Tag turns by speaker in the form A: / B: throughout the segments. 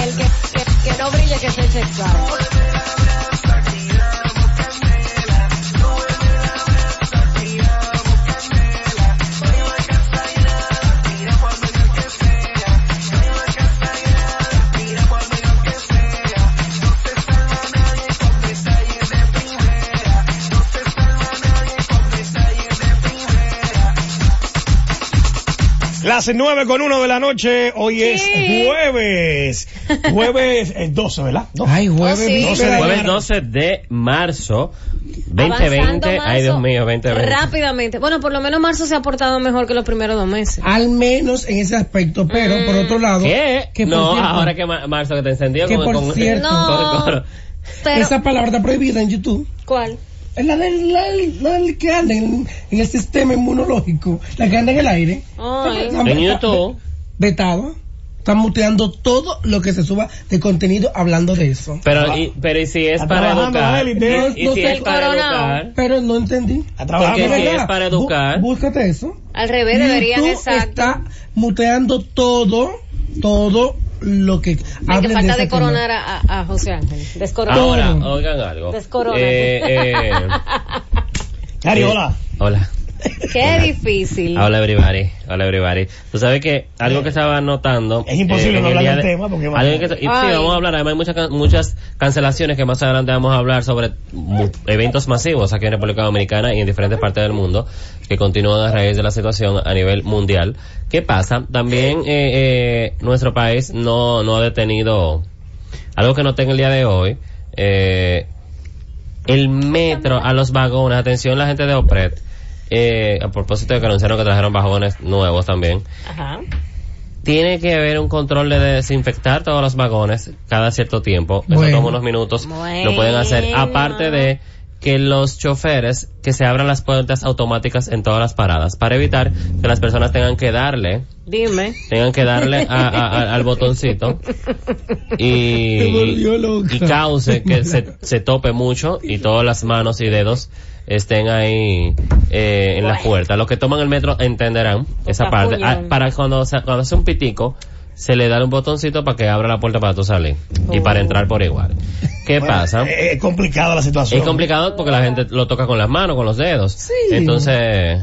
A: El que, que- que no brille, que se eche el clavo.
B: Las nueve con uno de la noche, hoy es jueves. Jueves eh, 12, ¿verdad? 12.
C: Ay, jueves.
A: Oh, sí.
C: vive.
B: No se
D: Jueves 12 de marzo 2020.
A: Avanzando
D: Ay, Dios
A: marzo
D: mío, 2020.
A: Rápidamente. Bueno, por lo menos marzo se ha portado mejor que los primeros dos meses.
C: Al menos en ese aspecto, pero por
A: Mm.
C: otro lado,
D: ¿Qué?
C: que por
D: no,
C: cierto,
D: ahora que ma- marzo que te encendió
C: Que por cierto-
D: con- eh, con-
A: No. Pero,
C: esa palabra está prohibida en YouTube.
A: ¿cuál?
C: Es la del, la del- la del que anda en, en el sistema inmunológico, la que anda en el aire.
A: Ay.
C: Está-
D: en
C: está-
D: YouTube.
C: Vetado. Están muteando todo lo que se suba de contenido hablando de eso.
D: Pero, y, pero y si es
B: Está
D: para
B: trabajando la
D: educar. Y,
B: élite.
C: No,
D: y
C: no
D: si
C: sé
D: es para
A: coronado.
D: educar.
C: Pero no entendí.
B: A trabajar,
D: Porque
B: ¿verdad?
D: si es para educar.
C: Bú- búscate eso.
A: Al revés deberían,
C: YouTube
A: exacto.
C: está muteando todo, todo lo que
A: Hay que
C: hablen
A: falta
C: ese
A: de
C: tema.
A: coronar a, a- a José Ángel. Descoronar.
D: Ahora,
C: Todo.
D: oigan algo.
A: Descorona.
D: Eh, eh,
B: Cari,
D: eh,
B: hola.
D: Hola.
A: Qué difícil.
D: Hola, everybody. Hola, everybody. Tú sabes que algo que estaba notando.
B: Es imposible
D: en
B: no
D: el
B: hablar
D: día
B: del
D: de-
B: tema, porque
D: algo
B: imagínate.
D: que- y sí,
A: Ay.
D: vamos a hablar. Además, hay muchas, can- muchas cancelaciones que más adelante vamos a hablar sobre mu- eventos masivos aquí en República Dominicana y en diferentes partes del mundo que continúan a raíz de la situación a nivel mundial. ¿Qué pasa? También eh, eh, nuestro país no, no ha detenido algo que noté en el día de hoy. Eh, el metro a los vagones, atención la gente de OPRED, eh, a propósito de que anunciaron que trajeron vagones nuevos también,
A: Ajá.
D: tiene que haber un control de desinfectar todos los vagones cada cierto tiempo, eso
C: Bueno.
D: toma unos minutos,
A: Bueno.
D: lo pueden hacer, aparte de que los choferes que se abran las puertas automáticas en todas las paradas para evitar que las personas tengan que darle
A: Dime.
D: tengan que darle a- a- a- al botoncito y,
C: Me volvió loca.
D: Eh, y cause que se, se tope mucho y todas las manos y dedos estén ahí eh, en la puerta. Los que toman el metro entenderán esa parte. Ah,
A: puñón.
D: para cuando, se- cuando hace un pitico, se le da un botoncito para que abra la puerta para tú salir y para entrar por igual. ¿Qué pasa?
B: Eh, es complicada la situación.
D: Es complicado porque la gente lo toca con las manos, con los dedos. Entonces,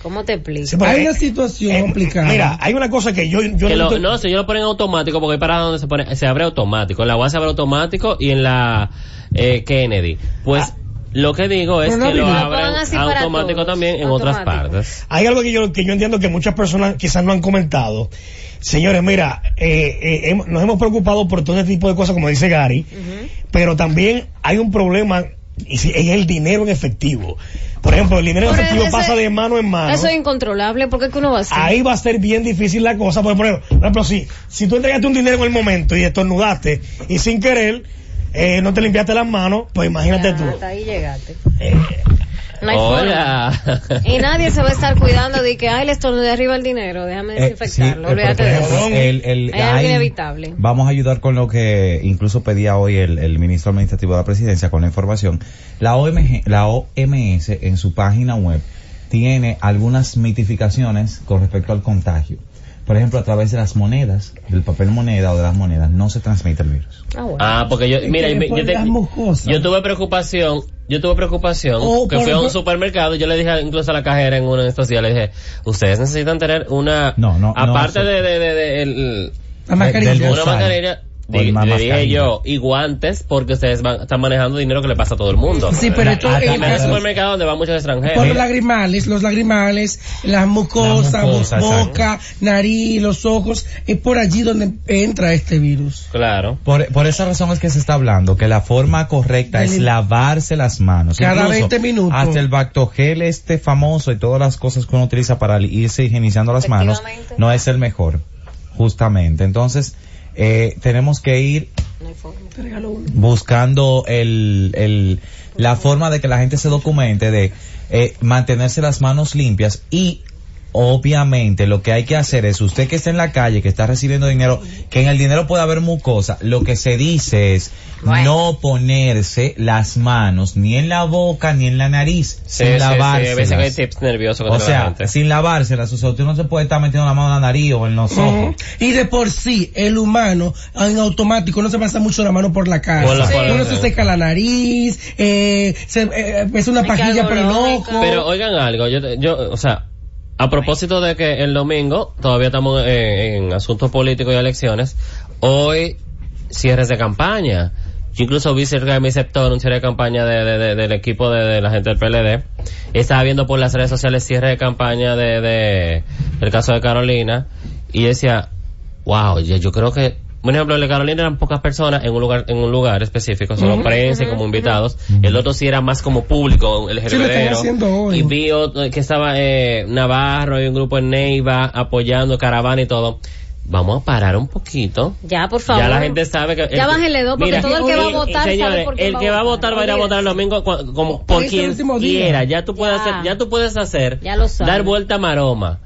A: ¿Cómo te explico?
B: Sí, pero
C: Hay
B: es-
C: una situación
B: eh,
C: complicada.
B: Mira, hay una cosa que yo, yo
D: Que
B: no,
D: lo-
B: entiendo.
D: no, si ellos lo ponen automático, porque hay paradas donde se pone, se abre automático. En la UAS se abre automático y en la eh, Kennedy.
C: Ah.
D: Pues lo que digo es
C: Pero no
D: que lo
C: digo-
A: Lo
D: abran
A: pongan así para
D: automático
A: todos,
D: también en otras
A: automático.
D: partes.
B: Hay algo que yo, que yo entiendo que muchas personas quizás no han comentado. Señores, mira, eh, eh, hem- nos hemos preocupado por todo este tipo de cosas, como dice Gary, pero también hay un problema, y si- es el dinero en efectivo. Por ejemplo, el dinero en
A: Pero
B: efectivo
A: eso-
B: pasa de mano en mano.
A: Eso es incontrolable. ¿Por qué que uno va a hacer?
B: Ahí va a ser bien difícil la cosa, porque, por ejemplo, por ejemplo, si, si tú entregaste un dinero en el momento y estornudaste y sin
A: Ah,
B: querer eh, no te limpiaste las manos, pues imagínate
A: Ya,
B: tú.
A: hasta ahí llegaste. No hay
D: Hola.
A: Y nadie se va a estar cuidando de que, ay, le estornudé arriba el dinero, déjame
E: Eh, sí, eh,
A: desinfectarlo,
E: pero
A: olvídate
E: por
A: de
E: ejemplo,
A: eso.
E: el- el-
A: Es algo
E: ahí
A: inevitable.
E: Vamos a ayudar con lo que incluso pedía hoy el, el ministro administrativo de la presidencia con la información. La, OMG la OMS en su página web tiene algunas mitificaciones con respecto al contagio. Por ejemplo, a través de las monedas, del papel moneda o de las monedas, no se transmite el virus.
A: Ah, bueno.
D: Ah, porque yo,
C: Es
D: mira,
C: que
D: yo,
C: le ponen
D: te-
C: las moscosas.
D: yo tuve preocupación, yo tuve preocupación
C: Oh,
D: que
C: por
D: fui a un
C: ejemplo-
D: supermercado, yo le dije incluso a la cajera en uno de estos días, le dije, ustedes necesitan tener una,
E: No, no, no,
D: aparte
E: eso-
D: de, de, de- de- el-
C: La mascarilla.
E: Del
D: una
E: bozal.
D: mascarilla,
E: O
D: di-
E: el más
D: le dije
E: mascarilla.
D: yo, y guantes, porque ustedes van- están manejando dinero que le pasa a todo el mundo.
C: Sí, pero esto
E: Ah,
C: en el
D: Y más
E: claro.
D: un
C: caso-
D: supermercado donde van muchos extranjeros.
C: por los lagrimales, los lagrimales, las
E: Las
C: mucosas,
E: mucosas,
C: boca, nariz, los ojos, es por allí donde entra este virus.
D: Claro.
E: Por, por esa razón es que se está hablando que la forma correcta es
C: Del-
E: lavarse las manos.
C: Cada 20 minutos.
E: Hasta el Bactogel este famoso y todas las cosas que uno utiliza para irse higienizando las manos
A: Efectivamente.
E: no es el mejor, justamente. Entonces, eh, tenemos que ir
A: No hay forma.
C: Te regalo uno.
E: buscando el, el- la forma de que la gente se documente de eh, mantenerse las manos limpias y obviamente lo que hay que hacer es usted que está en la calle que está recibiendo dinero que en el dinero puede haber mucosa lo que se dice es no ponerse las manos ni en la boca ni en la nariz
D: Sí, sí,
E: sin
D: sí, a veces hay
E: lavárselas
D: tips nerviosos que
E: o
D: tiene la
E: sea
D: gente.
E: sin lavárselas o sea usted no se puede estar metiendo la mano en la nariz o en los ojos
C: Y de por sí, el humano, en automático, no se pasa mucho la mano por la cara.
D: Por la-
C: Sí.
D: por la-
C: Uno se seca la nariz, eh, se, eh, es una
A: Ay, qué
C: pajilla por el
A: dolor,
C: ojo.
D: Pero oigan algo, yo, te- yo, o sea, a propósito de que el domingo todavía estamos eh, en asuntos políticos y elecciones, hoy cierres de campaña. Yo incluso vi cerca de mi sector un cierre de campaña de, de- de- del equipo de, de la gente del PLD. Estaba viendo por las redes sociales cierre de campaña de, de el caso de Carolina y decía, wow, yo, yo creo que, un ejemplo, el de Carolina eran pocas personas en un lugar, en un lugar específico, solo prensa y como invitados. El otro sí era más como público, el
C: Sí, lo están
D: Gervedero.
C: haciendo hoy.
D: Y vi otro- que estaba eh, Navarro y un grupo en Neiva apoyando Caravana y todo. Vamos a parar un poquito.
A: Ya, por favor.
D: Ya la gente sabe que...
A: Ya bájale dos, porque
D: Mira,
A: todo el que va a
D: y-
A: votar sabe
D: señores,
A: por quién
D: el
A: va a
D: que va a votar va a ir a votar el domingo cua- como por
C: Hoy es el
D: quien
C: último día.
D: quiera. Ya tú puedes
A: Ya.
D: hacer, ya tú puedes hacer,
A: Ya lo sabes.
D: dar vuelta a maroma.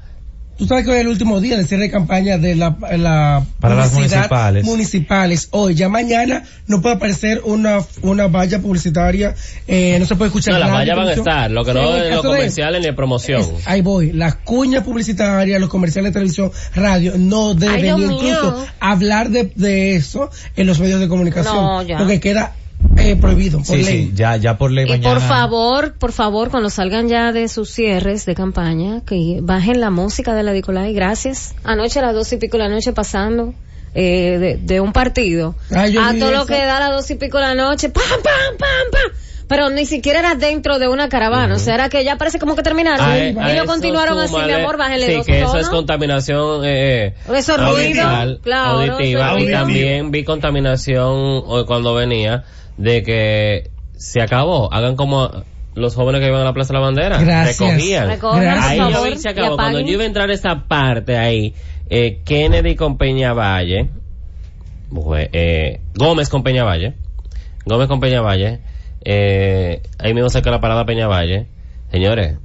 C: Tú sabes que hoy es el último día del cierre de campaña de la, la
E: Para las
C: publicidad
E: municipales.
C: municipales. Hoy, ya mañana no puede aparecer una, una valla publicitaria, eh, no se puede escuchar
D: No, las
C: radio,
D: vallas van a
C: televisión.
D: estar, lo que
C: Sí,
D: no
C: en el
D: es lo
C: caso de-
D: comercial ni de promoción.
C: es- ahí voy, las cuñas publicitarias, los comerciales de televisión, radio, no deben
A: Dios
C: ni
A: mío.
C: incluso hablar de, de eso en los medios de comunicación,
A: No, ya.
C: porque queda eh, prohibido por
E: sí
C: ley.
E: sí ya ya por ley
A: Y
E: mañana-
A: por favor, por favor, cuando salgan ya de sus cierres de campaña, que bajen la música de la Dicolay, gracias. Anoche a las dos y pico de la noche pasando eh, de, de un partido.
C: Ay, yo
A: a
C: vi
A: todo lo
C: eso.
A: que da a las dos y pico de la noche, pam, pam, pam, pam. Pero ni siquiera era dentro de una caravana, o sea, era que ya parece como que terminaron.
D: A- e-
A: y
D: a
A: no
D: eso
A: continuaron así, mi
D: súmale-
A: amor, bájenle
D: sí,
A: dos
D: que eso
A: tonos.
D: es contaminación eh, eh,
A: Eso es ruido, claro,
D: auditiva.
A: eso es
D: y
A: ruido.
D: también vi contaminación hoy cuando venía de que se acabó. Hagan como los jóvenes que iban a la Plaza de la Bandera.
C: Gracias.
D: Recogían.
A: Recojan,
C: Gracias.
D: Ahí
A: por
D: yo
A: favor,
D: vi, se
A: y
D: acabó. Cuando
A: apaguen.
D: yo iba a entrar a esa parte ahí, eh, Kennedy con Peñavalle, bue- eh, Gómez con Peñavalle, Gómez con Peñavalle, eh, ahí mismo cerca de la parada Peñavalle, señores,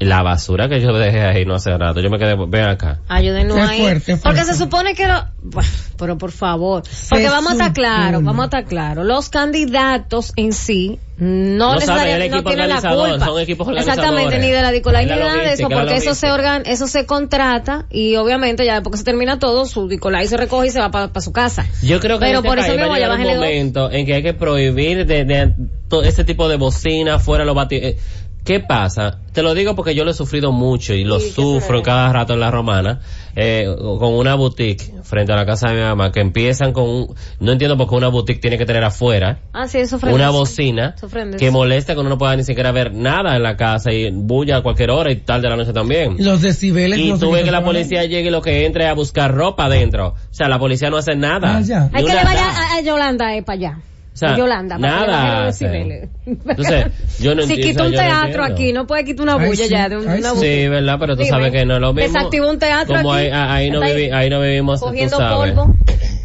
D: la basura que yo dejé ahí no hace rato, yo me quedé, ven acá.
A: Ayúdenos
C: Es
A: ahí.
C: fuerte, es
A: Porque
C: fuerte.
A: se supone que lo... Bueno, pero por favor. Porque vamos a estar
C: supone.
A: claros, vamos a estar claros. Los candidatos en sí
D: No
A: no, les
D: saben,
A: darían-
D: el
A: no
D: equipo
A: tienen la
D: organizador,
A: culpa.
D: son equipos
A: Exactamente,
D: organizadores.
A: ni de la Dicolay
D: Es
A: ni
D: la
A: nada de eso,
D: logística, la
A: porque eso se,
D: logística.
A: organ, eso se contrata y obviamente ya después que se termina todo, su Dicolay se recoge y se va para su casa.
D: Yo creo que
A: Pero
D: en este
A: por eso
D: país
A: mismo,
D: va a
A: ya
D: llegar un
A: bájale dos.
D: momento en que hay que prohibir de, de todo ese tipo de bocina fuera los bati eh, ¿Qué pasa? Te lo digo porque yo lo he sufrido mucho y lo
A: Sí, qué
D: sufro
A: problema.
D: cada rato en la romana, eh, con una boutique frente a la casa de mi mamá, que empiezan con un, no entiendo por qué una boutique tiene que tener afuera
A: Ah, sí, eso ofrece.
D: una bocina
A: Eso ofrece.
D: que molesta que uno no pueda ni siquiera ver nada en la casa y bulla a cualquier hora y tal de la noche también.
C: Los decibeles.
D: Y
C: no sé
D: tú
C: qué
D: ves que
C: se
D: la
C: van.
D: policía llegue y lo que entra es a buscar ropa adentro. O sea, la policía no hace nada.
C: Ah, ya.
D: Ni
A: Hay que
D: una
A: le vaya
D: nada.
A: a, a Yolanda eh, para allá.
D: O sea,
A: Yolanda, para que le
D: nada
A: bajen los
D: hacen.
A: decibeles.
D: Entonces, yo no
A: si
D: entiendo,
A: quita un
D: yo no
A: teatro
D: entiendo.
A: aquí, no puede quitar una
C: Ay,
A: bulla
C: sí,
A: ya de un-
C: ay,
A: una
C: sí.
A: bulla.
D: Sí, verdad, pero tú
A: Dime.
D: sabes que no es lo mismo.
A: Desactiva un teatro
D: Como
A: aquí.
D: ahí, ahí no,
A: Está ahí
D: vivi- ahí no vivimos, tú
A: cogiendo
D: sabes.
A: polvo.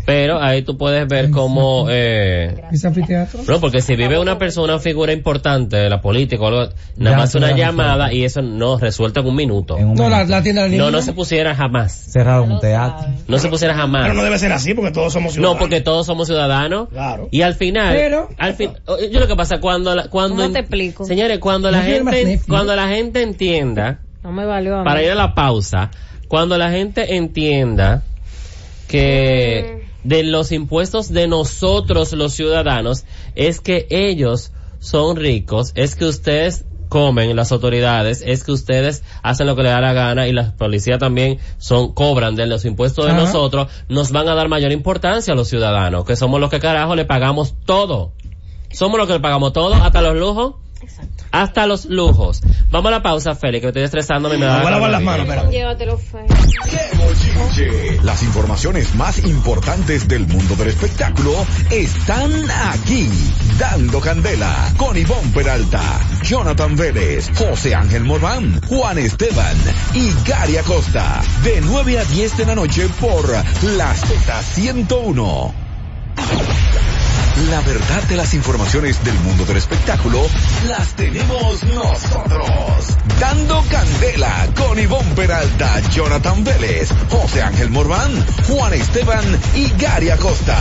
D: Pero ahí tú puedes ver cómo... Eh,
C: ¿Es anfiteatro?
D: no, porque si vive una persona, una figura importante de la política o algo, nada
E: Ya,
D: más una
E: claro,
D: llamada y eso no resuelto en un minuto.
E: En un
C: No, la,
E: momento.
C: la tienda de
D: No, no se pusiera jamás.
E: Cerraron un teatro.
D: No se pusiera jamás.
B: Pero no debe ser así porque todos somos ciudadanos.
D: No, porque todos somos ciudadanos.
B: Claro.
D: Y al final,
C: Pero-
D: al fin, o- yo lo que pasa cuando la- cuando
A: ¿Cómo te explico?
D: Señores, cuando la
C: Yo soy el más
D: gente
C: necio.
D: cuando la gente entienda,
A: No me valió a mí.
D: para ir a la pausa, cuando la gente entienda que de los impuestos de nosotros los ciudadanos es que ellos son ricos, es que ustedes comen las autoridades, es que ustedes hacen lo que les da la gana y las policías también son cobran de los impuestos de
C: Ajá.
D: nosotros, nos van a dar mayor importancia a los ciudadanos, que somos los que carajo le pagamos todo. Somos los que le pagamos todo, hasta los lujos. Hasta los lujos. Vamos a la pausa, Félix, que me estoy estresándome. y Me da
B: Voy a lavar las
D: calor.
B: manos, espérate.
A: Llévatelo, Fer.
F: Las informaciones más importantes del mundo del espectáculo están aquí. Dando Candela con Ivonne Peralta, Jonathan Vélez, José Ángel Morván, Juan Esteban y Gary Acosta. De 9 a 10 de la noche por La Z101. La verdad de las informaciones del mundo del espectáculo las tenemos nosotros. Dando candela con Ivonne Peralta, Jonathan Vélez, José Ángel Morván, Juan Esteban y Gary Acosta.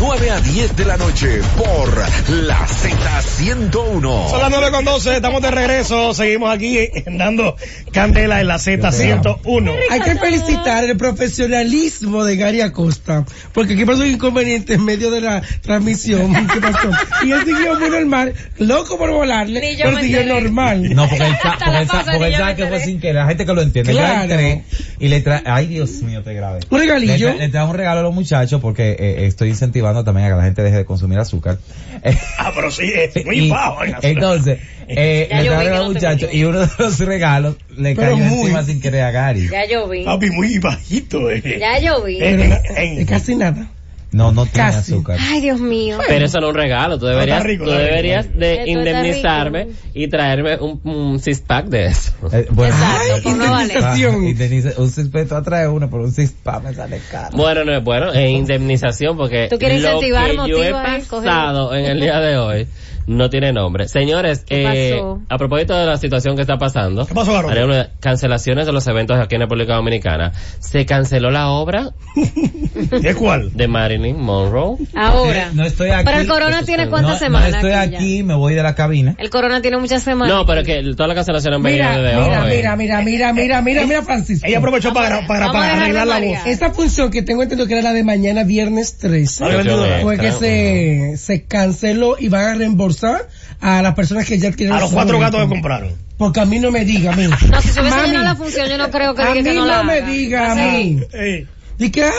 F: 9 a 10 de la noche por la
B: Son las
F: Z101.
B: 9 con 12, estamos de regreso, seguimos aquí eh, dando candela en la Z101.
C: Hay que felicitar el profesionalismo de Gary Acosta, porque aquí pasó un inconveniente en medio de la transmisión. ¿Qué pasó? Y él siguió muy normal, loco por volarle,
A: Ni yo
C: pero
A: me
C: siguió
A: enteré.
C: normal.
E: No, porque él, sa-
A: Hasta
E: porque
A: la
E: él sa-
A: pausa
E: porque él
A: ni yo
E: sabe
A: me
E: que fue
A: enteré.
E: sin querer. La gente que lo entiende. Yo
C: Claro.
E: entré y le trae, ay Dios mío, te grave.
C: Un regalillo.
E: Le, tra- le trae un regalo a los muchachos porque eh, estoy incentivando también a que la gente deje de consumir azúcar. Eh,
B: Ah, pero sí, es muy
E: y-
B: bajo.
E: entonces, eh,
A: Ya
E: le
A: yo vi que
E: trae un regalo a
A: no
E: los
A: te
E: muchachos
A: consume.
E: y uno de los regalos le
C: Pero
E: cayó
C: muy.
E: encima sin querer a Gary.
A: Ya yo vi.
B: Papi, muy bajito. Eh.
A: Ya yo vi.
B: En- en-
C: Es casi nada.
E: No, no tiene
C: Casi.
E: azúcar. Eh,
A: Ay, Dios mío.
D: Pero eso no es un regalo, tú deberías,
B: rico,
D: tú
B: está rico,
D: deberías
B: está rico.
D: de
A: Esto está
D: indemnizarme
A: rico.
D: y traerme un, un six pack de eso.
E: Eh, bueno,
A: Exacto, no vale.
C: Indemnización.
E: Ah, indemniza- un six pack, tú atraes uno, pero un six pack me sale caro.
D: Bueno, no es bueno, es indemnización porque
A: Tú quieres
D: lo que
A: incentivar,
D: yo he
A: motiva es coger-
D: pasado en el día de hoy no tiene nombre. Señores,
A: ¿Qué
D: eh,
A: pasó?
D: a propósito de la situación que está pasando,
B: ¿Qué pasó, Garón?
D: haré una- cancelaciones de los eventos aquí en República Dominicana. Se canceló la obra
B: ¿De cuál?
D: de Marilyn Monroe.
A: Ahora.
E: No estoy aquí.
A: Pero el corona tiene cuántas
E: No,
A: semanas.
E: No estoy
A: aquí ya?
E: aquí, me voy de la cabina.
A: El corona tiene muchas semanas.
D: No, pero que todas las cancelaciones han venido
C: Mira,
D: desde
C: mira,
D: hoy.
C: mira, mira, mira, mira, mira, mira, Francisco.
B: Ella aprovechó para, para,
A: vamos a
B: para
A: dejar
B: arreglar
A: de
B: la voz.
A: marear.
C: Esta función que tengo entendido que era la de mañana, viernes 13.
B: Vale,
D: Yo
B: vendido.
D: me-
C: Fue que se, se canceló y van a reembolsar a las personas que ya adquirieron
B: A los
C: su
B: cuatro
C: boleto.
B: gatos que compraron.
C: Porque a mí no me diga, a mí.
A: No, si se hubiese
C: Mami,
A: llenado la función, yo no creo que
C: A
A: diga
C: mí
A: que no
C: no,
A: la
C: me
A: haga.
C: diga, a
A: Sí.
C: mí.
B: Ey,
C: Y que, ay,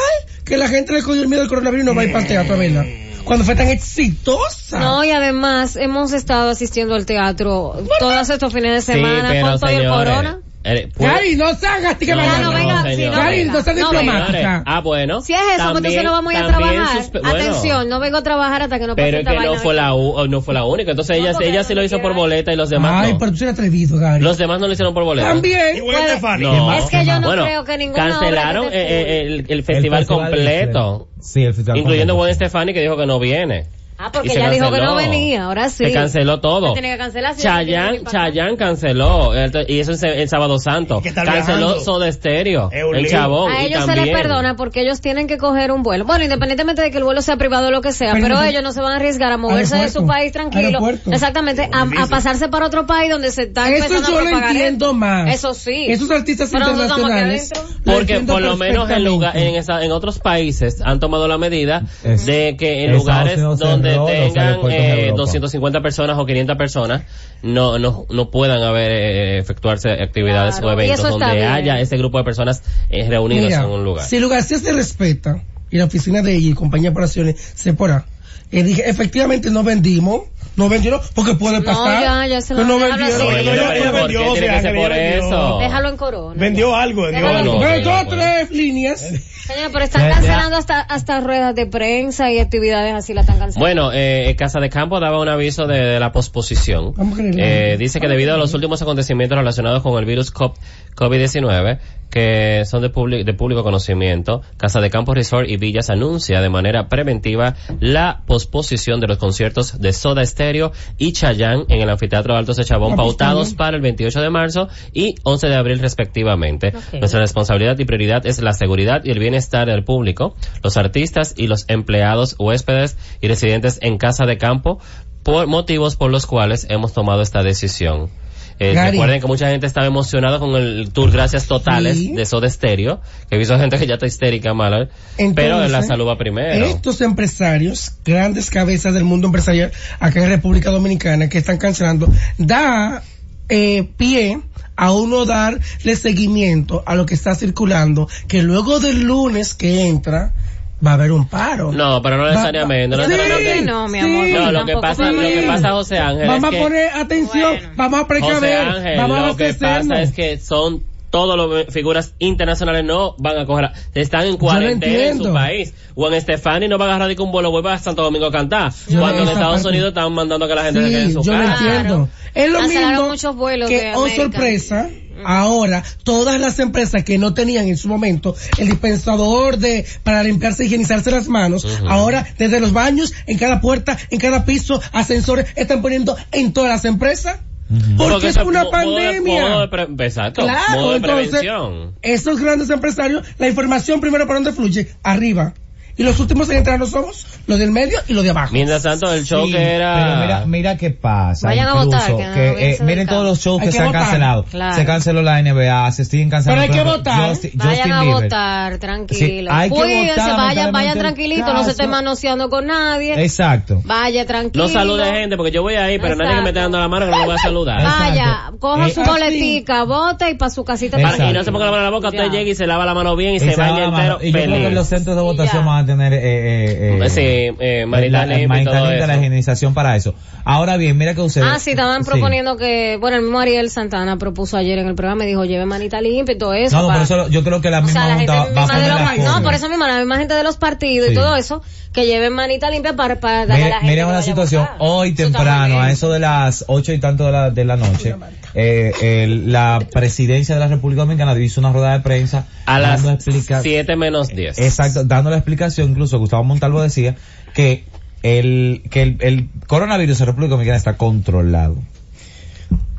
C: que la gente le cogió el miedo al coronavirus y no va a ir para el teatro a verla. Cuando fue tan exitosa.
A: No, y además hemos estado asistiendo al teatro todos estos fines de
D: Sí,
A: semana
D: pero
A: con todo el
D: señores,
A: corona.
D: eh, pues-
C: Gary, no se hagas, que
D: No,
C: mañana.
D: no, venga, sí, no,
C: Gary,
D: venga.
C: no seas
A: No, venga.
C: diplomática.
D: Ah, bueno.
A: Si es eso, pues entonces no vamos a ir a
D: también
A: trabajar.
D: suspe- bueno,
A: Atención, no vengo a trabajar hasta que no pase
D: Pero es
A: esta
D: que
A: vaina.
D: no fue, la u- no fue la única. Entonces ella,
A: porque
D: ella
A: no
D: sí lo hizo por
A: quieras.
D: boleta y los demás
C: Ay,
D: no.
C: pero tú eres atrevido, Gary.
D: Los demás no lo hicieron por boleta.
C: También.
B: Igual
A: Puede-
B: Estefani.
D: No.
A: Es que yo no
D: Bueno,
A: creo que ninguna obra
D: Cancelaron
A: que esté
D: eh, eh, el, el festival
E: El
D: completo.
E: Sí, el festival
D: Incluyendo Gwen
E: completo.
D: Stefani que dijo que no viene.
A: Ah,
D: Y
A: porque
D: se
A: ella dijo que
D: canceló.
A: no venía, ahora sí.
D: Se canceló todo.
A: Se tiene que cancelar, si no tiene que
D: Chayanne,
A: ir para acá.
D: Chayanne canceló. el- Y eso es el, el Sábado Santo.
B: que estar
D: Canceló
B: viajando.
D: Soda Stereo.
B: Es un
D: El
B: lío.
D: chabón.
A: A
D: y
A: ellos se
D: también-
A: les perdona porque ellos tienen que coger un vuelo. Bueno, independientemente de que el vuelo sea privado o lo que sea,
C: Pero
A: pero,
C: no-
A: ellos no se van a arriesgar a moverse de su
C: Aeropuerto.
A: país tranquilo.
C: Aeropuerto.
A: Exactamente, a, a pasarse para otro país donde se está
C: Eso
A: empezando
C: yo
A: a
C: lo
A: propagar
C: entiendo
A: esto.
C: más.
A: Eso sí.
C: Esos artistas
A: Pero nosotros estamos aquí
C: internacionales.
A: adentro.
C: lo
D: Porque
C: entiendo
D: por lo menos en,
C: perfectamente.
D: lugar, en, esa- en otros países han tomado la medida
E: Es-
D: de que en
E: Estados
D: lugares
E: Unidos
D: donde
E: cerró los
D: tengan
E: aeropuertos de
D: eh,
E: Europa.
D: 250 personas o 500 personas no no, no puedan haber eh, efectuarse actividades
A: Claro,
D: o
A: y
D: eventos
A: eso está
D: donde
A: bien.
D: haya ese grupo de personas eh, reunidos
C: Mira,
D: en un lugar.
C: Si el lugar sí se respeta, y la oficina de ella y compañía de operaciones, se porá. Y dije, efectivamente no vendimos, no vendieron, porque puede
A: No,
C: pasar.
A: ya, ya se
C: pero
A: lo-
C: no
A: habla
C: vendieron.
A: así.
B: Pero
D: Pero,
B: ella-
D: pero,
B: ella
D: ¿por
B: vendió,
D: qué
B: o
D: tiene
B: sea,
D: que ser
B: que
D: por
B: ella vendió.
D: eso?
A: Déjalo en corona.
B: Vendió algo, vendió
A: Déjalo.
B: algo.
D: No,
C: Pero
D: no,
C: todas
D: no,
C: tres líneas.
A: Señor, pero están
E: Ya, ya.
A: cancelando hasta, hasta ruedas de prensa y actividades así la están cancelando.
D: Bueno, eh, Casa de Campo daba un aviso de, de la posposición.
C: Vamos a creerlo.
D: Eh, dice que debido a los últimos acontecimientos relacionados con el virus cop- COVID-19, que son de, publi- de público conocimiento, Casa de Campos Resort y Villas anuncia de manera preventiva la posposición de los conciertos de Soda Stereo y Chayanne en el Anfiteatro Altos de Chabón, pautados para el 28 de marzo y 11 de abril respectivamente.
A: Ok.
D: Nuestra responsabilidad y prioridad es la seguridad y el bienestar del público, los artistas y los empleados, huéspedes y residentes en Casa de Campo, por motivos por los cuales hemos tomado esta decisión. Eh,
C: Gary.
D: recuerden que mucha gente estaba emocionada con el tour Gracias Totales
C: Sí.
D: de Soda Stereo, que he visto gente que ya está histérica mala, pero
C: Entonces, ¿eh?
D: la salud va primero.
C: Estos empresarios, grandes cabezas del mundo empresarial acá en República Dominicana que están cancelando, da eh, pie a uno darle seguimiento a lo que está circulando, que luego del lunes que entra va a haber un paro.
D: No, pero no
C: Va-
D: necesariamente, no
C: Sí,
D: necesariamente.
A: No, mi amor,
D: No, lo que
A: tampoco Pues
D: pasa, lo
A: podemos-
D: que pasa, José Ángel,
C: Vamos
D: es que
C: a poner atención,
A: Bueno.
C: vamos a
D: José
C: precaver,
D: Ángel,
C: vamos a
D: lo que pasa
C: abastecernos.
D: es que son todos los figuras internacionales no van a coger, a- están en cuarentena en
C: entiendo.
D: su país. Juan Estefani no va a agarrar de un vuelo vuelve a Santo Domingo a cantar.
C: Yo
D: cuando en
C: esa
D: Estados
C: parte-
D: Unidos están mandando a que la gente se quede en
C: Sí,
D: su
C: yo lo
D: casa.
C: entiendo. Es lo
A: Cancelaron
C: mismo
A: muchos vuelos
C: que,
A: de
C: oh
A: América. Mm.
C: sorpresa, ahora todas las empresas que no tenían en su momento el dispensador de para limpiarse y higienizarse las manos, ahora desde los baños, en cada puerta, en cada piso, ascensores están poniendo en todas las empresas. Porque es
D: eso
C: una
D: mo- modo de-
C: pandemia.
D: modo de pre- exacto,
C: Claro,
D: modo de
C: entonces,
D: prevención.
C: Esos grandes empresarios, la información primero para dónde fluye, arriba. Y los últimos en entrar no somos los del medio y los de abajo.
D: Mientras tanto, el show
E: Sí,
D: que era...
E: Pero mira, mira qué pasa.
A: Vayan a
E: incluso,
A: votar, que no
E: que,
A: voy a
E: eh,
A: ser
E: miren
A: del
E: todos los shows
C: Hay
E: que
C: que
E: se han
C: votar.
E: cancelado.
A: Claro.
E: Se canceló la NBA, se siguen
C: Pero
E: cancelando.
C: hay
E: por
C: que
E: ejemplo,
C: votar.
E: Justin,
A: Vayan
E: Justin
A: a
E: Bieber.
A: votar, tranquilo.
E: Sí, hay que
A: Cuídense,
E: votar,
A: vayan, vayan
E: lamentablemente,
A: tranquilitos, no se estén
E: caso.
A: manoseando con nadie.
E: Exacto.
A: Vaya tranquilo.
D: No salude gente, porque yo voy ahí, pero nadie que me esté dando la mano que no lo voy a saludar.
A: Vaya,
E: Exacto.
A: coja su
E: Eh,
A: boletica, vote y para su casita
E: Exacto.
D: Para- y no se ponga la mano en la boca, usted
A: Ya.
D: llega y se lava la mano bien y,
E: Y
D: se
E: se va
D: baña
E: la mano.
D: entero
E: Y yo creo que
D: feliz.
E: los centros de
A: Y
E: votación
A: ya.
E: van a tener eh, eh, eh,
D: Sí, eh, manita
E: la- la-
D: limpia y
E: manita
D: todo
E: limpia, la
D: eso.
E: higienización para eso. Ahora bien, mira que ustedes.
A: Ah, sí, estaban proponiendo que, bueno, el mismo Ariel Santana propuso ayer en el programa, me dijo, lleve manita limpia y todo eso.
E: No, no,
A: para-
E: por eso lo- yo creo que la
A: o
E: misma
A: sea, la gente
E: junta va- va
A: misma
E: a
A: de
E: poner
A: los-
E: las
A: no,
E: cosas.
A: por eso misma, la misma gente de los partidos y
E: Sí.
A: todo eso, que lleven manita limpia para, para darle a la
E: Mira,
A: gente.
E: mira
A: que
E: una
A: vaya a
E: situación,
A: votar.
E: hoy
A: Eso está
E: temprano,
A: muy
E: a
A: bien.
E: eso de las ocho y tanto de la, de la noche, eh, el- la presidencia de la República Dominicana hizo una rueda de prensa
D: A las
E: dando explica-
D: 7 menos 10.
E: Exacto, dando la explicación, incluso Gustavo Montalvo decía que el, que el, el coronavirus en República Dominicana está controlado.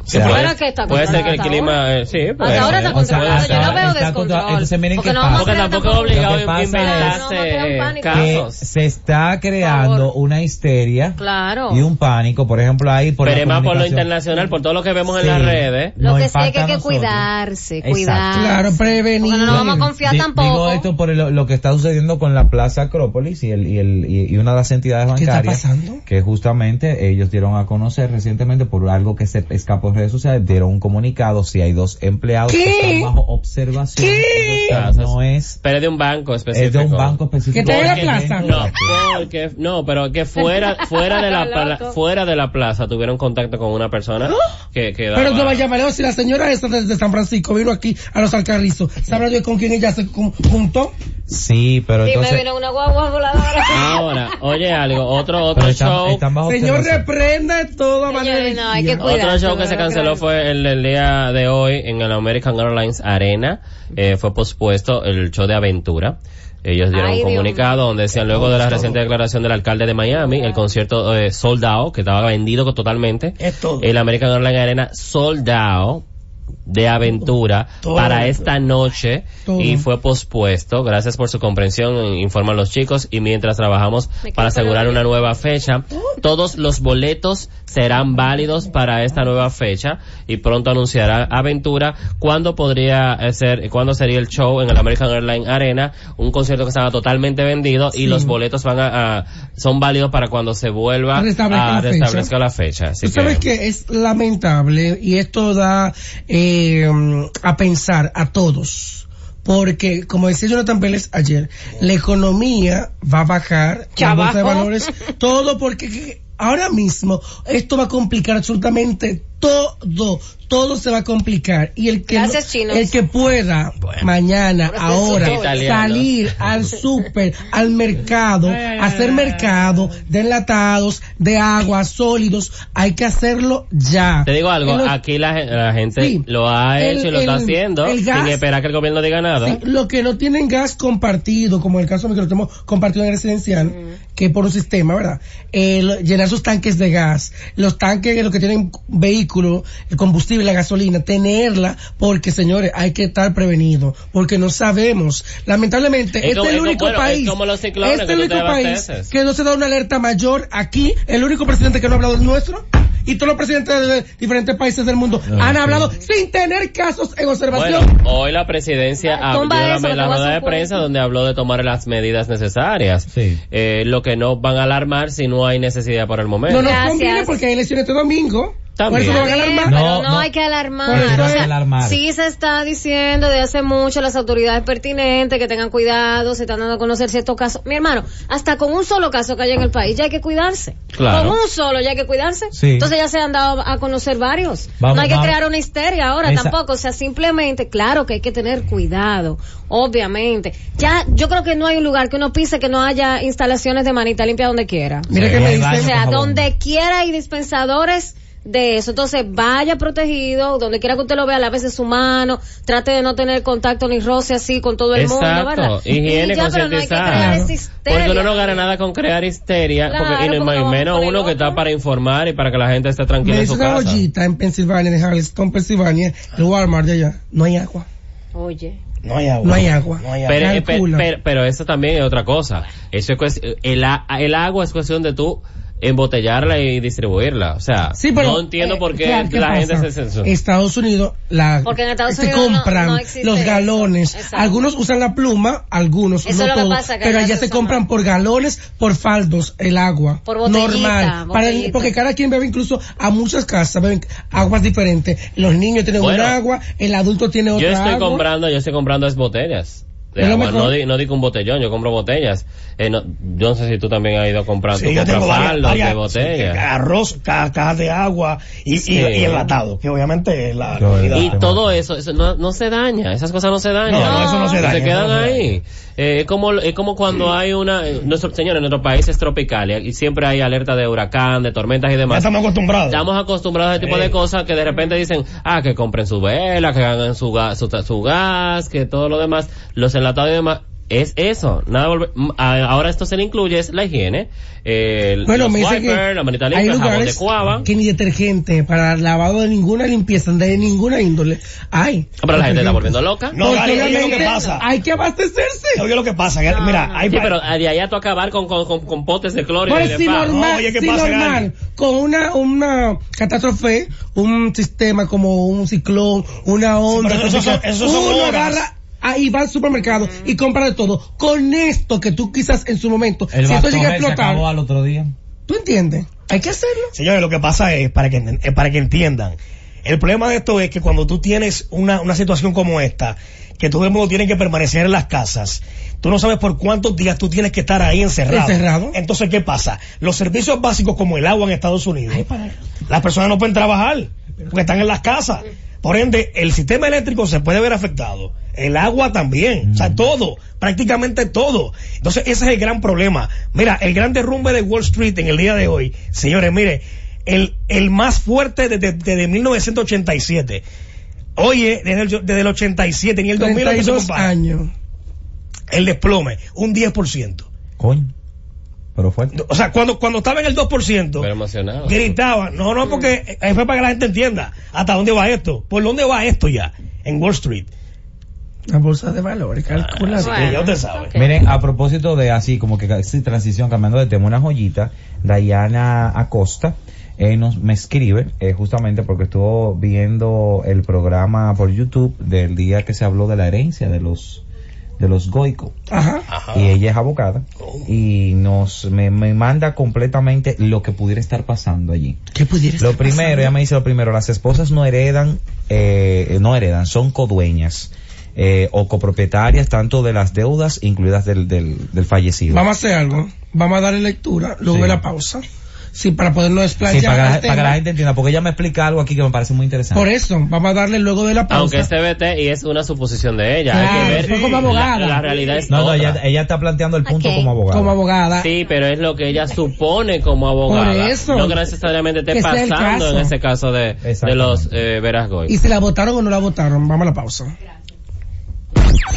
E: O sea,
A: Bueno,
D: puede-
A: que está
D: puede ser que el
A: controlado hasta
D: clima... eh, sí, puede
A: Hasta ahora
D: ser.
A: está
E: o sea,
A: controlado, yo
E: hasta
A: lo veo
E: está
A: descontrol.
E: controlado. Entonces, miren
A: Porque
E: qué
A: no
E: pasa.
A: vamos a
D: Porque
A: crear
D: tampoco es
A: tampoco-
D: obligado
E: Lo que
D: a
E: pasa
D: inventarse
A: es- No, no crean pánico.
E: que
D: casos.
E: se está creando una histeria
A: Claro.
E: y un pánico, por ejemplo, ahí por la
D: Pero es más por lo
E: comunicación.
D: internacional, por todo lo que vemos
E: Sí.
D: en las redes.
A: Lo
E: nos
A: que sí es que
E: impacta
A: hay
E: a
A: que
E: nosotros.
A: cuidarse,
E: Exacto.
A: cuidarse.
C: Claro, prevenir.
A: Porque no nos vamos a confiar
E: Di-
A: tampoco.
E: Digo esto por el- lo que está sucediendo con la Plaza Acrópolis y, el, y, el, y, y una de las entidades
C: ¿Qué está
E: bancarias.
C: pasando?
E: Que justamente ellos dieron a conocer recientemente por algo que se escapó en redes sociales, dieron un comunicado si hay dos empleados
C: ¿Qué?
E: que están bajo observación.
C: ¿Qué?
E: O sea, No es,
D: Pero es de un banco específico.
E: es de un banco
C: Que
E: específico.
C: te dé la
D: Porque-
C: plaza.
D: No, porque, no, pero que fuera, fuera de la, pla-
A: Loco.
D: fuera de la plaza tuvieron contacto con una persona que, que
C: Pero
D: daba-
C: no vaya Mareo, si la señora esa desde San Francisco vino aquí a los Alcarrizos, ¿sabrá Dios con quién ella se con- juntó?
E: Sí, pero
A: Y me
E: entonces...
A: vino una guagua voladora.
D: Ahora, oye algo, otro, otro
E: pero están-
D: show.
E: están bajo
C: Señor,
E: observación.
C: reprenda de toda manera.
A: Señores, no, hay que
C: de-
A: cuidar.
D: Otro show que
A: Cuidado,
D: se
A: claro.
D: canceló fue el del día de hoy en el American Airlines Arena. Eh, fue pospuesto el show de Aventura. Ellos dieron
A: Ay,
D: un
A: Dios
D: comunicado donde decían luego de la reciente declaración del alcalde de Miami, el concierto eh, sold out, que estaba vendido totalmente.
C: Es todo.
D: El American Airlines Arena sold out de aventura
C: Oh, Todo.
D: para esta noche
C: Todo.
D: y fue pospuesto. Gracias por su comprensión, informan los chicos y mientras trabajamos
A: Me
D: para
A: quedo con
D: asegurar
A: la
D: una nueva fecha, todos los boletos serán válidos para esta nueva fecha y pronto anunciará Aventura cuándo podría eh, ser, cuándo sería el show en el American Airlines Arena, un concierto que estaba totalmente vendido y los boletos van a, a- son válidos para cuando se vuelva
C: Restablezca
D: a
C: la fecha.
D: restablecer la fecha. Así
C: Tú sabes
D: que-
C: que es lamentable y esto da eh, a pensar a todos. Porque, como decía Jonathan Vélez ayer, la economía va a bajar,
A: Ya
C: la bolsa de
A: bajó.
C: valores, todo porque que- ahora mismo esto va a complicar absolutamente todo, todo se va a complicar. Y el que,
A: Gracias,
C: no-
A: chinos.
C: el que pueda, mañana,
A: Proceso
C: ahora,
D: doble.
C: salir al súper, al mercado, hacer mercado de enlatados, de agua, sólidos, hay que hacerlo ya.
D: Te digo algo,
C: En los-
D: aquí la, gen- la gente
C: Sí.
D: lo ha
C: El-
D: hecho y lo está
C: el-
D: haciendo
C: el gas-
D: sin esperar que el gobierno diga nada.
C: Sí, los que no tienen gas compartido, como el caso de que lo tenemos compartido en el residencial, que por un sistema, ¿verdad? Eh, lo- llenar sus tanques de gas, los tanques de los que tienen vehículo, el combustible, la gasolina, tenerla, porque señores, hay que estar prevenido, porque no sabemos. Lamentablemente,
D: Es
C: este es
D: como- es
C: el
D: como-
C: único
D: bueno, es
C: país,
D: como los ciclones
C: este
D: que
C: el
D: tú
C: único
D: te
C: país
D: abasteces.
C: que no se da una alerta mayor aquí, el único presidente que no ha hablado es nuestro. Y todos los presidentes de diferentes países del mundo han hablado sin tener casos en observación.
D: Bueno, hoy la presidencia
A: Ah, Pues
D: abrió
A: tumba
D: la,
A: eso, que
D: la
A: te vas a
D: rueda de
A: un puente.
D: prensa donde habló de tomar las medidas necesarias.
E: Sí.
D: Eh, lo que no van a alarmar si no hay necesidad por el momento.
C: No nos
A: Gracias.
C: conviene porque hay elecciones este domingo.
D: También.
C: Por eso no van a
A: Bien,
C: alarmar.
A: pero
E: No,
A: no,
E: no.
A: hay que alarmar.
C: Pero no hay
A: O sea,
E: que alarmar.
A: Sí se está diciendo de hace mucho las autoridades pertinentes que tengan cuidado, se están dando a conocer ciertos casos. Mi hermano, hasta con un solo caso que haya en el país ya hay que cuidarse.
D: Claro.
A: Con un solo ya hay que cuidarse.
E: Sí.
A: Entonces ya se han dado a conocer varios.
E: Vamos,
A: no hay que
E: vamos.
A: crear una histeria ahora
E: Esa-
A: tampoco. O sea, simplemente, claro que hay que tener cuidado, obviamente. Ya, yo creo que no hay un lugar que uno pise que no haya instalaciones de manita limpia donde quiera.
C: Mira que me
E: Sí,
A: O
C: dicen.
A: sea,
E: por favor.
A: donde quiera hay dispensadores de eso. Entonces, vaya protegido, donde quiera que usted lo vea, lávese su mano, trate de no tener contacto ni roce así con todo el mundo,
D: Exacto,
A: ¿verdad?
D: higiene
A: Y ya, pero no hay que
D: concientizada.
A: crear esa
D: porque uno no
A: histeria.
D: gana nada con crear histeria,
A: Claro,
D: porque, y no-
A: porque
D: y
A: vamos
D: menos
A: por el
D: uno que
A: otro.
D: está para informar y para que la gente esté tranquila
C: Me
D: en su
C: dice una
D: casa.
C: ollita en Pensilvania, en Harleston, Pensilvania, el Walmart de allá. No hay agua.
A: Oye,
B: No hay agua.
C: No hay agua.
B: No hay agua.
D: Pero, eh, pe-
C: Calcula.
D: pero- pero eso también es otra cosa. Eso es cues- el, a- el agua es cuestión de tú embotellarla y distribuirla. O sea,
C: Sí, pero,
D: no entiendo
C: eh,
D: por qué
C: claro,
D: la gente
C: pasa?
D: se censura.
C: Estados Unidos, la,
A: Porque en Estados
C: se
A: Unidos no-
C: compran
A: no existe
C: los
A: eso.
C: galones.
A: Exacto.
C: Algunos usan la pluma, algunos,
A: Eso
C: no
A: es lo que
C: todos.
A: pasa, que
C: pero
A: allá
C: allá
A: se
C: se
A: usa
C: compran
A: más.
C: por galones, por faldos, el agua.
A: Por botellita,
C: Normal. Para el-
A: botellita.
C: porque cada quien bebe incluso a muchas casas, beben aguas diferentes. Los niños tienen
D: Bueno,
C: un agua, el adulto tiene otra
D: Yo estoy
C: agua.
D: comprando, yo estoy comprando es botellas. de
C: Es lo
D: agua.
C: mejor.
D: No, di- no digo un botellón, yo compro botellas. Eh, no, yo no sé si tú también has ido comprando.
B: Sí, yo tengo varias-
D: de
B: varias-
D: botellas.
B: sí, arroz, ca- cajas de agua y,
D: Sí.
B: y, y enlatado, que obviamente es la
E: Yo,
B: comida.
D: Y todo eso, eso no, no se daña, esas cosas no se dañan.
B: No, no, eso no se daña,
D: quedan
B: no se
D: ahí. Eh, es como, es como cuando hay una, eh, nuestro, señores, nuestro país es tropical y y siempre hay alerta de huracán, de tormentas y
B: Ya
D: demás.
B: estamos acostumbrados.
D: Estamos acostumbrados a ese tipo
B: Sí.
D: de cosas que de repente dicen, ah, que compren su vela, que hagan su, ga- su, ta- su gas, que todo lo demás, los enlatados y demás. Es eso, nada volver- m- a- ahora esto se le incluye, es la higiene, eh, el-
C: Bueno,
D: los
C: me dice
D: wipers,
C: que
D: la manita
C: hay
D: limpia, el jabón de
C: lugares
D: cuava.
C: que ni detergente para lavado de ninguna limpieza, de ninguna índole, hay.
D: Pero la gente está volviendo loca.
B: No,
C: Porque
B: Gary, oye lo
C: obviamente
B: que pasa.
C: Hay que abastecerse.
B: Oye lo que pasa, que- mira, hay
D: Sí,
B: pa-
D: pero de allá tú acabar con, con, con, con potes de cloro y
C: Pues
D: de
C: si
D: fa-
C: normal,
B: No, oye, ¿qué
C: si
B: pasa,
C: normal, con una, una catástrofe, un sistema como un ciclón, una onda,
B: pero eso son-
C: tropical,
B: eso son
C: uno
B: horas. Mm.
C: agarra ahí va al supermercado y compra de todo. Con esto que tú quizás en su momento,
E: El
C: si esto
E: bastón
C: llega a
E: él se
C: explotar,
E: acabó al otro día.
C: ¿tú entiendes? Hay que hacerlo.
B: Señores, lo que pasa es, para que, enten- eh, para que entiendan, el problema de esto es que cuando tú tienes una, una situación como esta, que todo el mundo tiene que permanecer en las casas, tú no sabes por cuántos días tú tienes que estar ahí encerrado.
C: Encerrado.
B: Entonces, ¿qué pasa? Los servicios básicos como el agua en Estados Unidos, las personas no pueden trabajar porque están en las casas. Por ende, el sistema eléctrico se puede ver afectado. El agua también. O sea, todo. Prácticamente todo. Entonces, ese es el gran problema. Mira, el gran derrumbe de Wall Street en el día de hoy, señores, mire, el, el más fuerte desde, desde 1987. Oye, desde el, desde el 87, ni el 2000 no se
C: 32
B: compara.
C: años.
B: El desplome, un 10%.
E: Coño. Pero fuerte.
B: O sea, cuando, cuando estaba en el 2%,
D: Pero emocionado.
B: gritaban. No, no, porque es para que la gente entienda hasta dónde va esto. ¿Por dónde va esto ya? En Wall Street.
C: La bolsa de valores,
B: Ah,
C: calcula.
B: Así que ya usted sabe.
E: Miren, a propósito de así, como que sí, transición, cambiando de tema, una joyita, Dayana Acosta, eh, nos, me escribe, eh, justamente porque estuvo viendo el programa por YouTube del día que se habló de la herencia de los, de los goicos.
C: Ajá.
B: Ah.
E: y ella es abogada
C: Oh.
E: y nos me, me manda completamente lo que pudiera estar pasando allí.
C: ¿Qué pudiera
E: Lo
C: estar
E: primero, ella me dice lo primero, las esposas no heredan, eh, no heredan, son codueñas eh, o copropietarias tanto de las deudas incluidas del, del, del fallecido.
C: Vamos a hacer algo. Vamos a darle lectura, luego
E: Sí.
C: de la pausa. sí, para podernos explayar.
E: Sí, para,
C: el
E: que la- para que
C: tema.
E: la gente entienda, porque ella me explica algo aquí que me parece muy interesante.
C: Por eso, vamos a darle luego de la pausa.
D: Aunque este- es CBT y es una suposición de ella.
C: Claro,
D: Hay que
C: fue
D: ver.
C: como abogada.
D: La, la realidad es
E: no, no,
D: otra.
E: ella, ella está planteando el punto
A: Ok.
E: como abogada.
C: como abogada.
D: Sí, pero es lo que ella supone como abogada.
C: Por eso.
D: No que necesariamente esté
C: Que sea el
D: pasando
C: caso.
D: en ese caso de, de
E: Exactamente.
D: los eh, Verasgoy.
C: Y si la votaron o no la votaron, vamos a la pausa.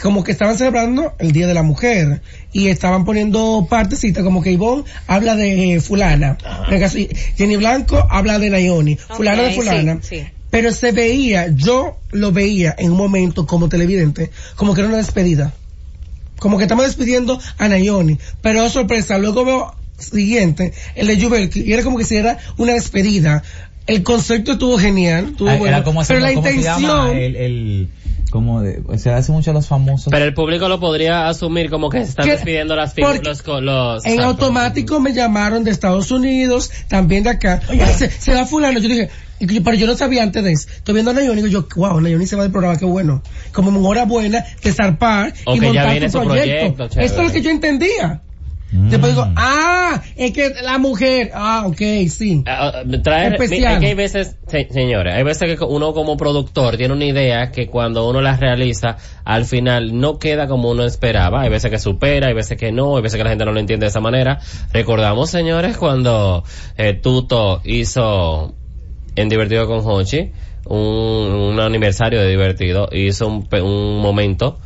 C: como que estaban celebrando el Día de la Mujer y estaban poniendo partecitas como que Ivonne habla de eh, fulana, en el caso, y Jenny Blanco habla de Nayoni, fulana
A: Ok,
C: de fulana.
A: sí, sí.
C: Pero se veía, yo lo veía en un momento como televidente, como que era una despedida. Como que estamos despidiendo a Nayoni. Pero oh, sorpresa, luego veo siguiente, el de Jubelki, y era como que si era una despedida. El concepto estuvo genial, estuvo
E: Ah,
C: bueno,
E: era como hacer
C: pero la
E: ¿cómo se llama?
C: intención...
E: El, el- como de- se hace mucho a los famosos.
D: Pero el público lo podría asumir como que se están
C: Que-
D: despidiendo las figuras.
C: porque
D: Los, co- los-
C: En automático me llamaron de Estados Unidos, también de acá. Ay, se, se va fulano. Yo dije, y que- pero yo no sabía antes de eso. Estoy viendo a Nayoni y digo yo, wow, Nayoni se va del programa, qué bueno. Como en hora buena de zarpar
D: Ok,
C: y
D: ya
C: montar
D: viene
C: tu
D: su proyecto,
C: proyecto.
D: chévere.
C: Esto es lo que yo entendía.
E: Mm.
C: Después digo, ah, es que la mujer, ah, ok, sí.
D: Ah, ah, traer,
C: Especial.
D: mira, es que hay veces, se- señores, hay veces que uno como productor tiene una idea que cuando uno la realiza, al final no queda como uno esperaba. Hay veces que supera, hay veces que no, hay veces que la gente no lo entiende de esa manera. Recordamos, señores, cuando eh, Tuto hizo en Divertido con Hochi, un, un aniversario de Divertido, hizo un, pe- un momento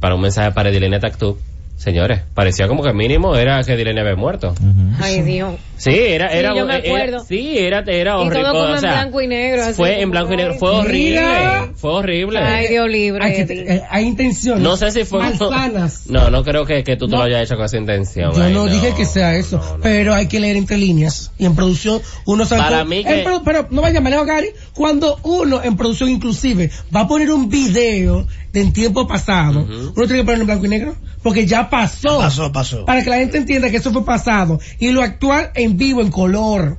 D: para un mensaje para Edilene Tactú. Señores, parecía como que mínimo era que Edilene había muerto.
E: Ujú.
A: Ay, Dios.
D: Sí, era,
A: Sí,
D: era, eh,
A: yo me
D: era-
A: acuerdo.
D: sí, era, era
A: Y
D: horrible.
A: todo como
D: o
A: en
D: sea,
A: blanco y negro. así
D: Fue
A: como,
D: en blanco y negro,
A: ay,
D: fue
C: mira.
D: horrible, fue horrible.
A: Ay, Dios libre.
C: Hay, que-
A: Eddie.
C: eh, hay intenciones.
D: no sé si fue
C: Malsanas.
D: No, no creo que, que tú te
C: No.
D: lo hayas hecho con esa intención.
C: Yo
D: Ay,
C: no dije que sea eso,
D: no, no.
C: pero hay que leer entre líneas. Y en producción uno sabe...
D: Para
C: cómo-
D: mí
C: Eh,
D: que-
C: pero, pero no vaya mal, Gary. Cuando uno en producción inclusive va a poner un video de en tiempo pasado,
D: Ujú.
C: uno tiene que ponerlo en blanco y negro, porque ya pasó.
B: Pasó, pasó.
C: Para que la gente entienda que eso fue pasado. Y lo actual en vivo, en color.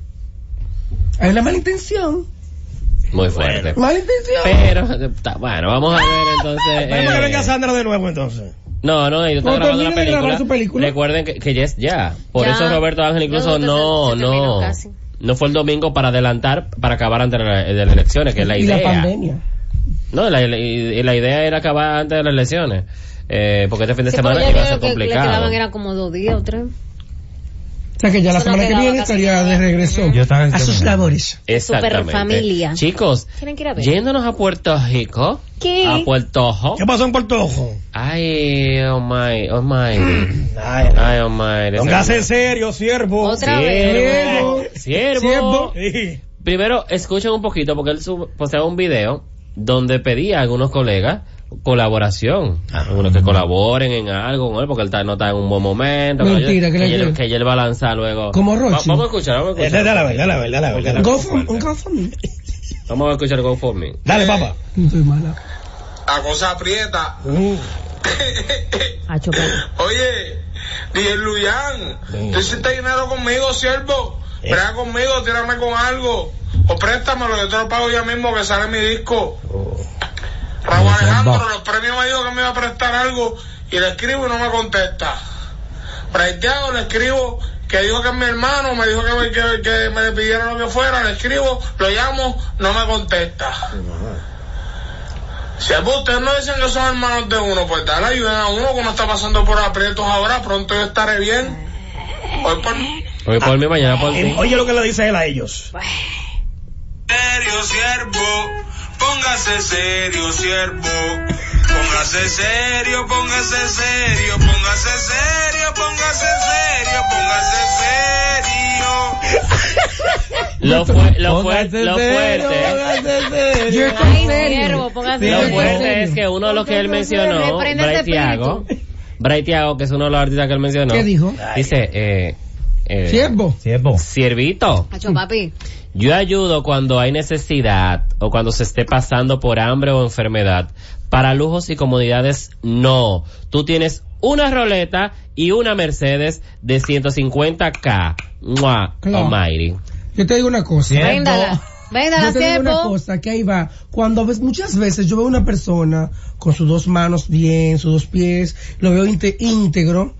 C: Hay una mala intención.
D: Muy fuerte.
C: Mala intención.
D: Pero, eh, ta- bueno, vamos a ver entonces.
B: Esperemos
D: eh,
B: que venga Sandra de nuevo entonces.
D: No, no, ellos están
C: No,
D: grabando
C: terminen
D: la
C: de
D: película.
C: grabar su película.
D: Recuerden que, que ya es ya. Por
A: Ya.
D: eso Roberto Ángel incluso
A: Ya,
D: no,
A: se terminó
D: no,
A: casi.
D: no fue el domingo para adelantar, para acabar antes de, la- de las elecciones, que es la
C: y
D: idea.
C: la pandemia.
D: No, la, la- y la idea era acabar antes de las elecciones. Eh, porque este fin de
A: Sí,
D: semana
A: pero ya
D: iba a
A: yo
D: ser
A: creo que le
D: complicado.
A: quedaban era como dos días o tres.
C: O sea que ya la
A: Eso no
C: semana que
A: quedaba
C: viene
A: casi
C: estaría
A: nada.
C: de regreso
E: Yo estaba-
C: a sus labores.
D: Exactamente.
A: Superfamilia.
D: Chicos,
A: ¿Quieren que ir a ver?
D: yéndonos a Puerto Rico.
A: ¿Qué?
D: A Puerto Rico.
B: ¿Qué pasó en Puerto Ojo?
D: Ay, oh my, oh my.
B: Ay,
D: Ay, oh my.
B: Póngase en serio, siervo.
C: Oh,
A: Otra vez.
D: Siervo. Siervo.
B: Sí.
D: Primero, escuchen un poquito porque él sub- posteaba un video donde pedía a algunos colegas colaboración,
B: Ah.
D: algunos que colaboren en algo con él porque él está- no está en un buen momento,
C: Mentira,
D: que,
C: que le
D: ya- que, ya-
C: llegue.
D: que ya él va a lanzar luego.
C: Como Rochi.
D: Va- vamos a escuchar, vamos a
B: Eh,
D: escuchar.
B: Dale a ver, dale a ver, dale a ver, dale a ver.
C: Go for- un go for me.
D: Vamos a escuchar Go For Me.
B: Dale, papá.
C: No estoy mala.
G: La cosa aprieta.
A: A chocar.
G: Oye, dije Luyan, tú hiciste dinero conmigo, siervo. Verá conmigo, tírame con algo. O préstamelo, yo te lo pago ya mismo que sale mi disco. Raúl
E: Ahí está,
G: Alejandro,
E: va.
G: los premios me dijo que me iba a prestar algo y le escribo y no me contesta. Praiteado, le escribo que dijo que es mi hermano, me dijo que me, que, que me pidieron lo que fuera, le escribo, lo llamo, no me contesta. Si es por ustedes no dicen que son hermanos de uno, pues dale ayuda a uno que uno está pasando por aprietos ahora, pronto yo estaré bien. Hoy por
D: Hoy por mí, mañana por ti.
B: Eh, Oye lo que le dice él a ellos.
G: Serio, siervo, póngase serio, siervo. Póngase serio, póngase serio, póngase serio, póngase serio, póngase serio.
D: Lo, fue- lo, fue-
E: Póngase
D: lo
E: serio,
D: fuerte.
E: póngase serio.
C: Yo
A: Ay,
C: estoy
A: siervo,
C: serio.
A: póngase
D: Lo
C: Sí,
D: fuerte
C: serio.
D: es que uno de los que él mencionó,
A: Reprende ese
D: Bray Tiago, Bray Tiago, que es uno de los artistas que él mencionó,
C: ¿Qué dijo?
D: dice, eh, eh,
C: Siervo.
E: Siervo.
D: Siervito,
A: A chocar, papi.
D: yo ayudo cuando hay necesidad o cuando se esté pasando por hambre o enfermedad. Para lujos y comodidades, no. Tú tienes una roleta y una Mercedes de 150K. Mua,
C: Claro.
D: almighty.
C: Yo te digo una cosa.
E: Siervo.
A: Véndala. Véndala,
C: Yo te digo una
A: siervo.
C: cosa, que ahí va. Cuando ves, muchas veces yo veo una persona con sus dos manos bien, sus dos pies, lo veo inte- íntegro,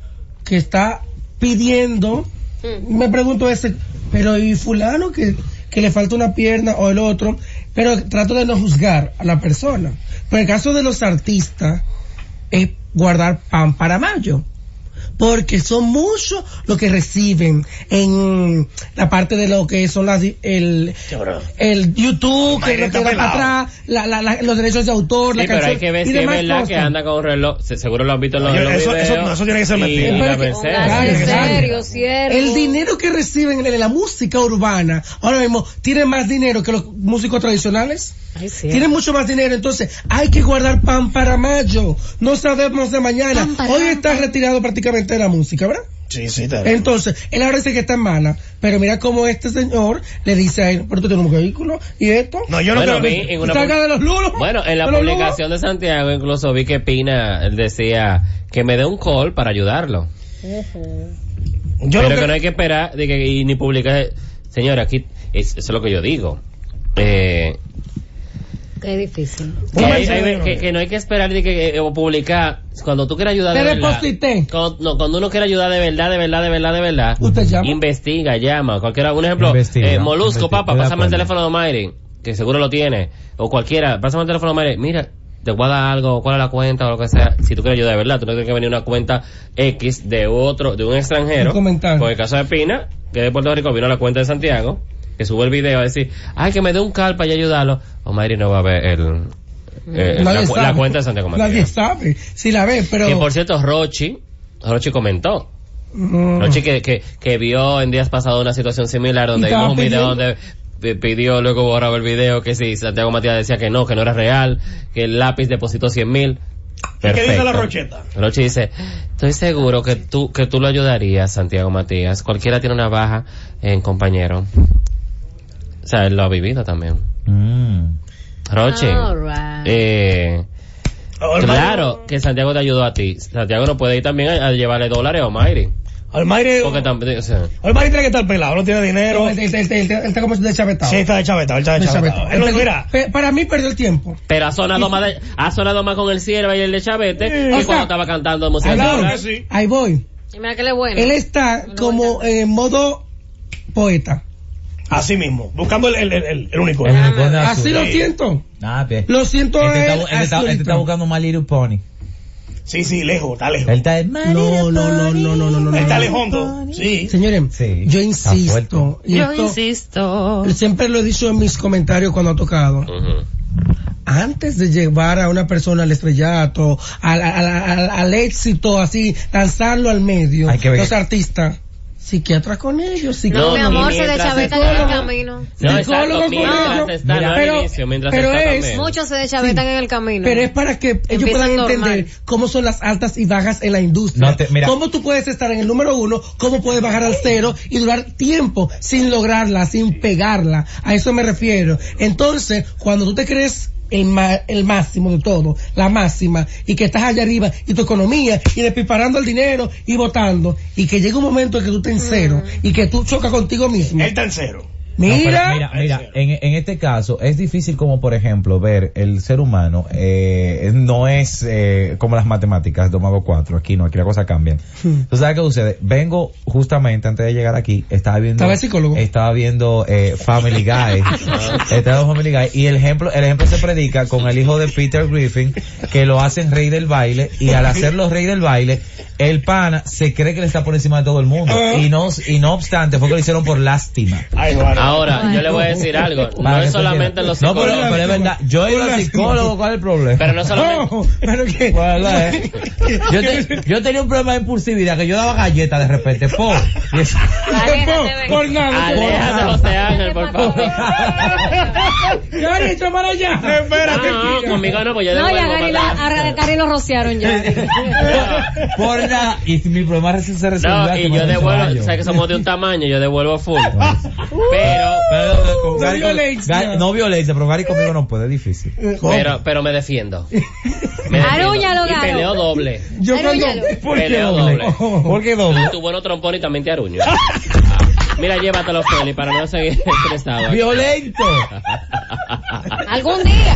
C: que está pidiendo,
A: Mm.
C: me pregunto ese, pero y fulano que, que le falta una pierna o el otro, pero trato de no juzgar a la persona. Pero el caso de los artistas es guardar pan para mayo. porque son muchos los que reciben en la parte de lo que son las, el, el YouTube, que
B: Madre,
C: lo que
B: está
C: va para
B: pelado.
C: atrás, la- la- la- los derechos de autor,
D: Sí,
C: la
D: pero
C: canción
D: hay que ver
C: y
D: si es
C: demás
D: verdad que
C: cosas.
D: anda con un reloj. Se- Seguro lo han visto en los,
B: Oye,
D: en los
B: eso- eso-
D: videos.
B: no, eso tiene que ser
D: Y
B: mentira.
D: la
C: Pero que-
D: Mercedes.
C: Claro,
A: Gracias,
C: claro.
A: serio, cierto.
C: El dinero que reciben de la música urbana ahora mismo tiene más dinero que los músicos tradicionales.
A: Ay, sí.
C: Tienen mucho más dinero, entonces hay que guardar pan para mayo. No sabemos de mañana.
A: Pan para-
C: Hoy está retirado prácticamente de la música, ¿verdad?
B: Sí, sí, está bien.
C: Entonces, él ahora dice que está en mala, pero mira cómo este señor le dice a él, pero tú tienes un vehículo y esto.
B: No, yo no
D: Bueno, eh,
B: creo
D: vi
B: que...
D: en una
C: Salga
D: pub-
C: de los lulos.
D: Bueno, en la
C: de los lulos.
D: publicación de Santiago incluso vi que Pina él decía que me dé un call para ayudarlo.
B: Yo
D: pero
B: no
D: que...
B: creo-
D: no hay que esperar de que, y ni publicar. Señora, aquí es, eso es lo que yo digo. Eh,
A: Qué difícil.
D: que,
B: Un
D: hay-
B: mensaje
D: hay-
B: de uno.
D: que- que no hay que esperar de que eh, o publicar cuando tú quieras ayudar de
C: Te
D: verdad.
C: deposité.
D: Cuando, no, cuando uno quiere ayudar de verdad, de verdad, de verdad, de verdad.
C: Usted llama.
D: Investiga, llama, cualquiera, un ejemplo,
E: Investiga,
D: eh, Molusco,
E: investiga,
D: papá,
E: de
D: pásame el
E: acuerdo.
D: teléfono de Mayri, que seguro lo tiene, o cualquiera, pásame el teléfono de Mayri, mira, te voy a dar algo, cuál es la cuenta o lo que sea, si tú quieres ayudar de verdad, tú no tienes que venir una cuenta X de otro, de un extranjero,
C: Un comentario.
D: por el caso de Pina, que de Puerto Rico vino a la cuenta de Santiago, que sube el video a decir, ay, que me dé un cal para yo ayudarlo, o Mayri no va a ver el, eh, la,
C: Nadie
D: cu-
C: sabe.
D: la cuenta de Santiago Mateo.
C: Nadie sabe si la ve, pero.
D: Que por cierto, Rochi, Rochi comentó,
C: Mm.
D: Rochi que, que, que vio en días pasados una situación similar donde
C: Y
D: vimos un video
C: estaba
D: donde p- pidió, luego borraba el video, que si Santiago Matías decía que no, que no era real, que el lápiz depositó 100 mil.
B: ¿Y qué dice la Rocheta?
D: Rochi dice, estoy seguro que tú, que tú lo ayudarías, Santiago Matías. Cualquiera tiene una baja en compañero. O sea, él lo ha vivido también.
E: Mm.
D: Rochi.
A: All right.
D: Eh,
B: Oh, hermano,
D: claro que Santiago te ayudó a ti. Santiago no puede ir también a, a llevarle dólares a Mayri.
B: Almaire,
D: Porque también, o sea,
B: Almaire tiene que estar pelado, no tiene dinero.
C: Pero él, él- él- él- él está como deschavetado.
B: Sí, está de chavetado, él está de chavetado.
C: Deschavetado.
B: Él no-
C: Él perdió-
B: Mira,
C: pe- Para mí perdió el tiempo.
D: Pero ha sonado más, de- ha sonado más con el Sierva y el de Chavete que
C: o
D: cuando
C: sea,
D: estaba cantando música.
B: claro
D: popular.
B: que sí.
C: Ahí voy.
A: Y mira que le bueno.
C: Él está como en modo poeta.
B: así mismo, buscando el, el, el, el
E: El
B: unicornio.
E: unicornio azul.
C: Ah, Así lo siento.
E: Ah, bien.
C: Lo siento
E: Este
C: a
E: está,
C: él.
E: bu- este está-
C: así lo
E: este está
C: siento.
E: buscando My Little Pony.
B: Sí, sí, lejos, está lejos.
E: Él está en My
C: No, no,
E: Little
C: no,
E: Pony.
C: no, no, no, no, no.
B: Él está lejondo. Sí.
C: Señores,
E: Sí,
C: yo
E: está
C: insisto.
E: fuerte.
C: y esto
A: insisto.
C: Siempre lo he dicho en mis comentarios cuando ha tocado.
D: Ujú.
C: antes de llevar a una persona al estrellato, al, al- al- al éxito, así, lanzarlo al medio,
E: Hay que ver.
C: los artistas, psiquiatras con ellos,
A: No,
D: No,
C: psiquiatras.
A: mi
D: ni
A: amor, se
D: mientras
A: deschavetan
D: está-
A: en el camino.
D: No, exacto,
C: Psicólogo
D: mientras
C: con ellos.
D: está, no al
C: Pero-
D: inicio, mientras
C: pero
D: está
C: es-
D: también.
A: Muchos se deschavetan en el camino.
C: Pero es para que ellos
A: Empiezan
C: puedan entender
A: normal.
C: cómo son las altas y bajas en la industria.
E: No te- mira.
C: Cómo tú puedes estar en el número uno, cómo puedes bajar al cero y durar tiempo sin lograrla, sin pegarla. A eso me refiero. Entonces, cuando tú te crees el, ma- el máximo de todo, la máxima, y que estás allá arriba, y tu economía, y despiparando el dinero, y votando, y que llega un momento en que tú te en cero, y que tú chocas contigo mismo.
B: Él está en cero.
E: No, pero
C: Mira,
E: mira, mira, en, en este caso es difícil como por ejemplo ver el ser humano eh, no es eh, como las matemáticas, tomado cuatro, aquí no, aquí la cosa cambia.
C: Hmm.
E: ¿Tú sabes qué sucede? Vengo justamente antes de llegar aquí, estaba viendo...
C: Estaba el psicólogo.
E: Estaba viendo eh, Family Guy. estaba viendo Family Guy y el ejemplo, el ejemplo se predica con el hijo de Peter Griffin que lo hacen rey del baile y al hacerlo rey del baile, el pana se cree que le está por encima de todo el mundo
C: Ah.
E: y no, y no obstante fue que lo hicieron por lástima.
B: Ay, Juan.
D: Ahora, yo le voy a decir algo. No
E: Para
D: es
E: que tú
D: solamente
E: quieras.
D: los
E: No, pero,
D: psicólogos.
E: pero es verdad. Yo he ido al psicólogo, ¿cuál es el problema?
D: Pero no solamente...
C: no, pero que...
E: Guarda, eh. yo, te- yo tenía un problema de impulsividad que yo daba galletas de repente. po. Y eso-
A: Aléjate,
C: por
A: ven.
C: nada, por
D: Aléjate,
C: nada.
D: José Ángel, por favor. Ah,
C: ¿Qué han hecho para allá?
D: No, no, conmigo no, pues yo
A: No,
D: devuelvo
A: ya Gary, la,
D: para atrás.
A: a, a Gary lo rociaron ya.
E: Por nada. Y mi problema se se resolvió.
D: No,
E: hace
D: y
E: más
D: yo
E: de ocho
D: devuelvo,
E: años.
D: o sea que somos de un tamaño, yo devuelvo full. Pero,
E: Pero, pero con Gary-
C: No violencia.
E: Gary- no violencia, pero Gary conmigo no puede, es difícil.
D: pero, pero me defiendo. Me
A: Arúñalo,
D: defiendo. Y
A: Garo.
D: peleo doble.
C: Yo cuando...
A: Arúñalo.
C: ¿Por qué
D: Peleo
C: doble?
D: doble.
E: ¿Por qué doble?
D: Y tu bueno trompón y también te aruño. Mira, llévatelo, Feli, para no seguir estresado.
E: Violento.
A: Algún día.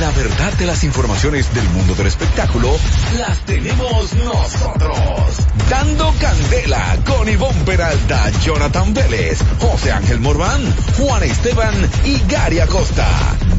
F: La verdad de las informaciones del mundo del espectáculo las tenemos nosotros. Dando candela con Ivonne Peralta, Jonathan Vélez, José Ángel Morván, Juan Esteban y Gary Acosta.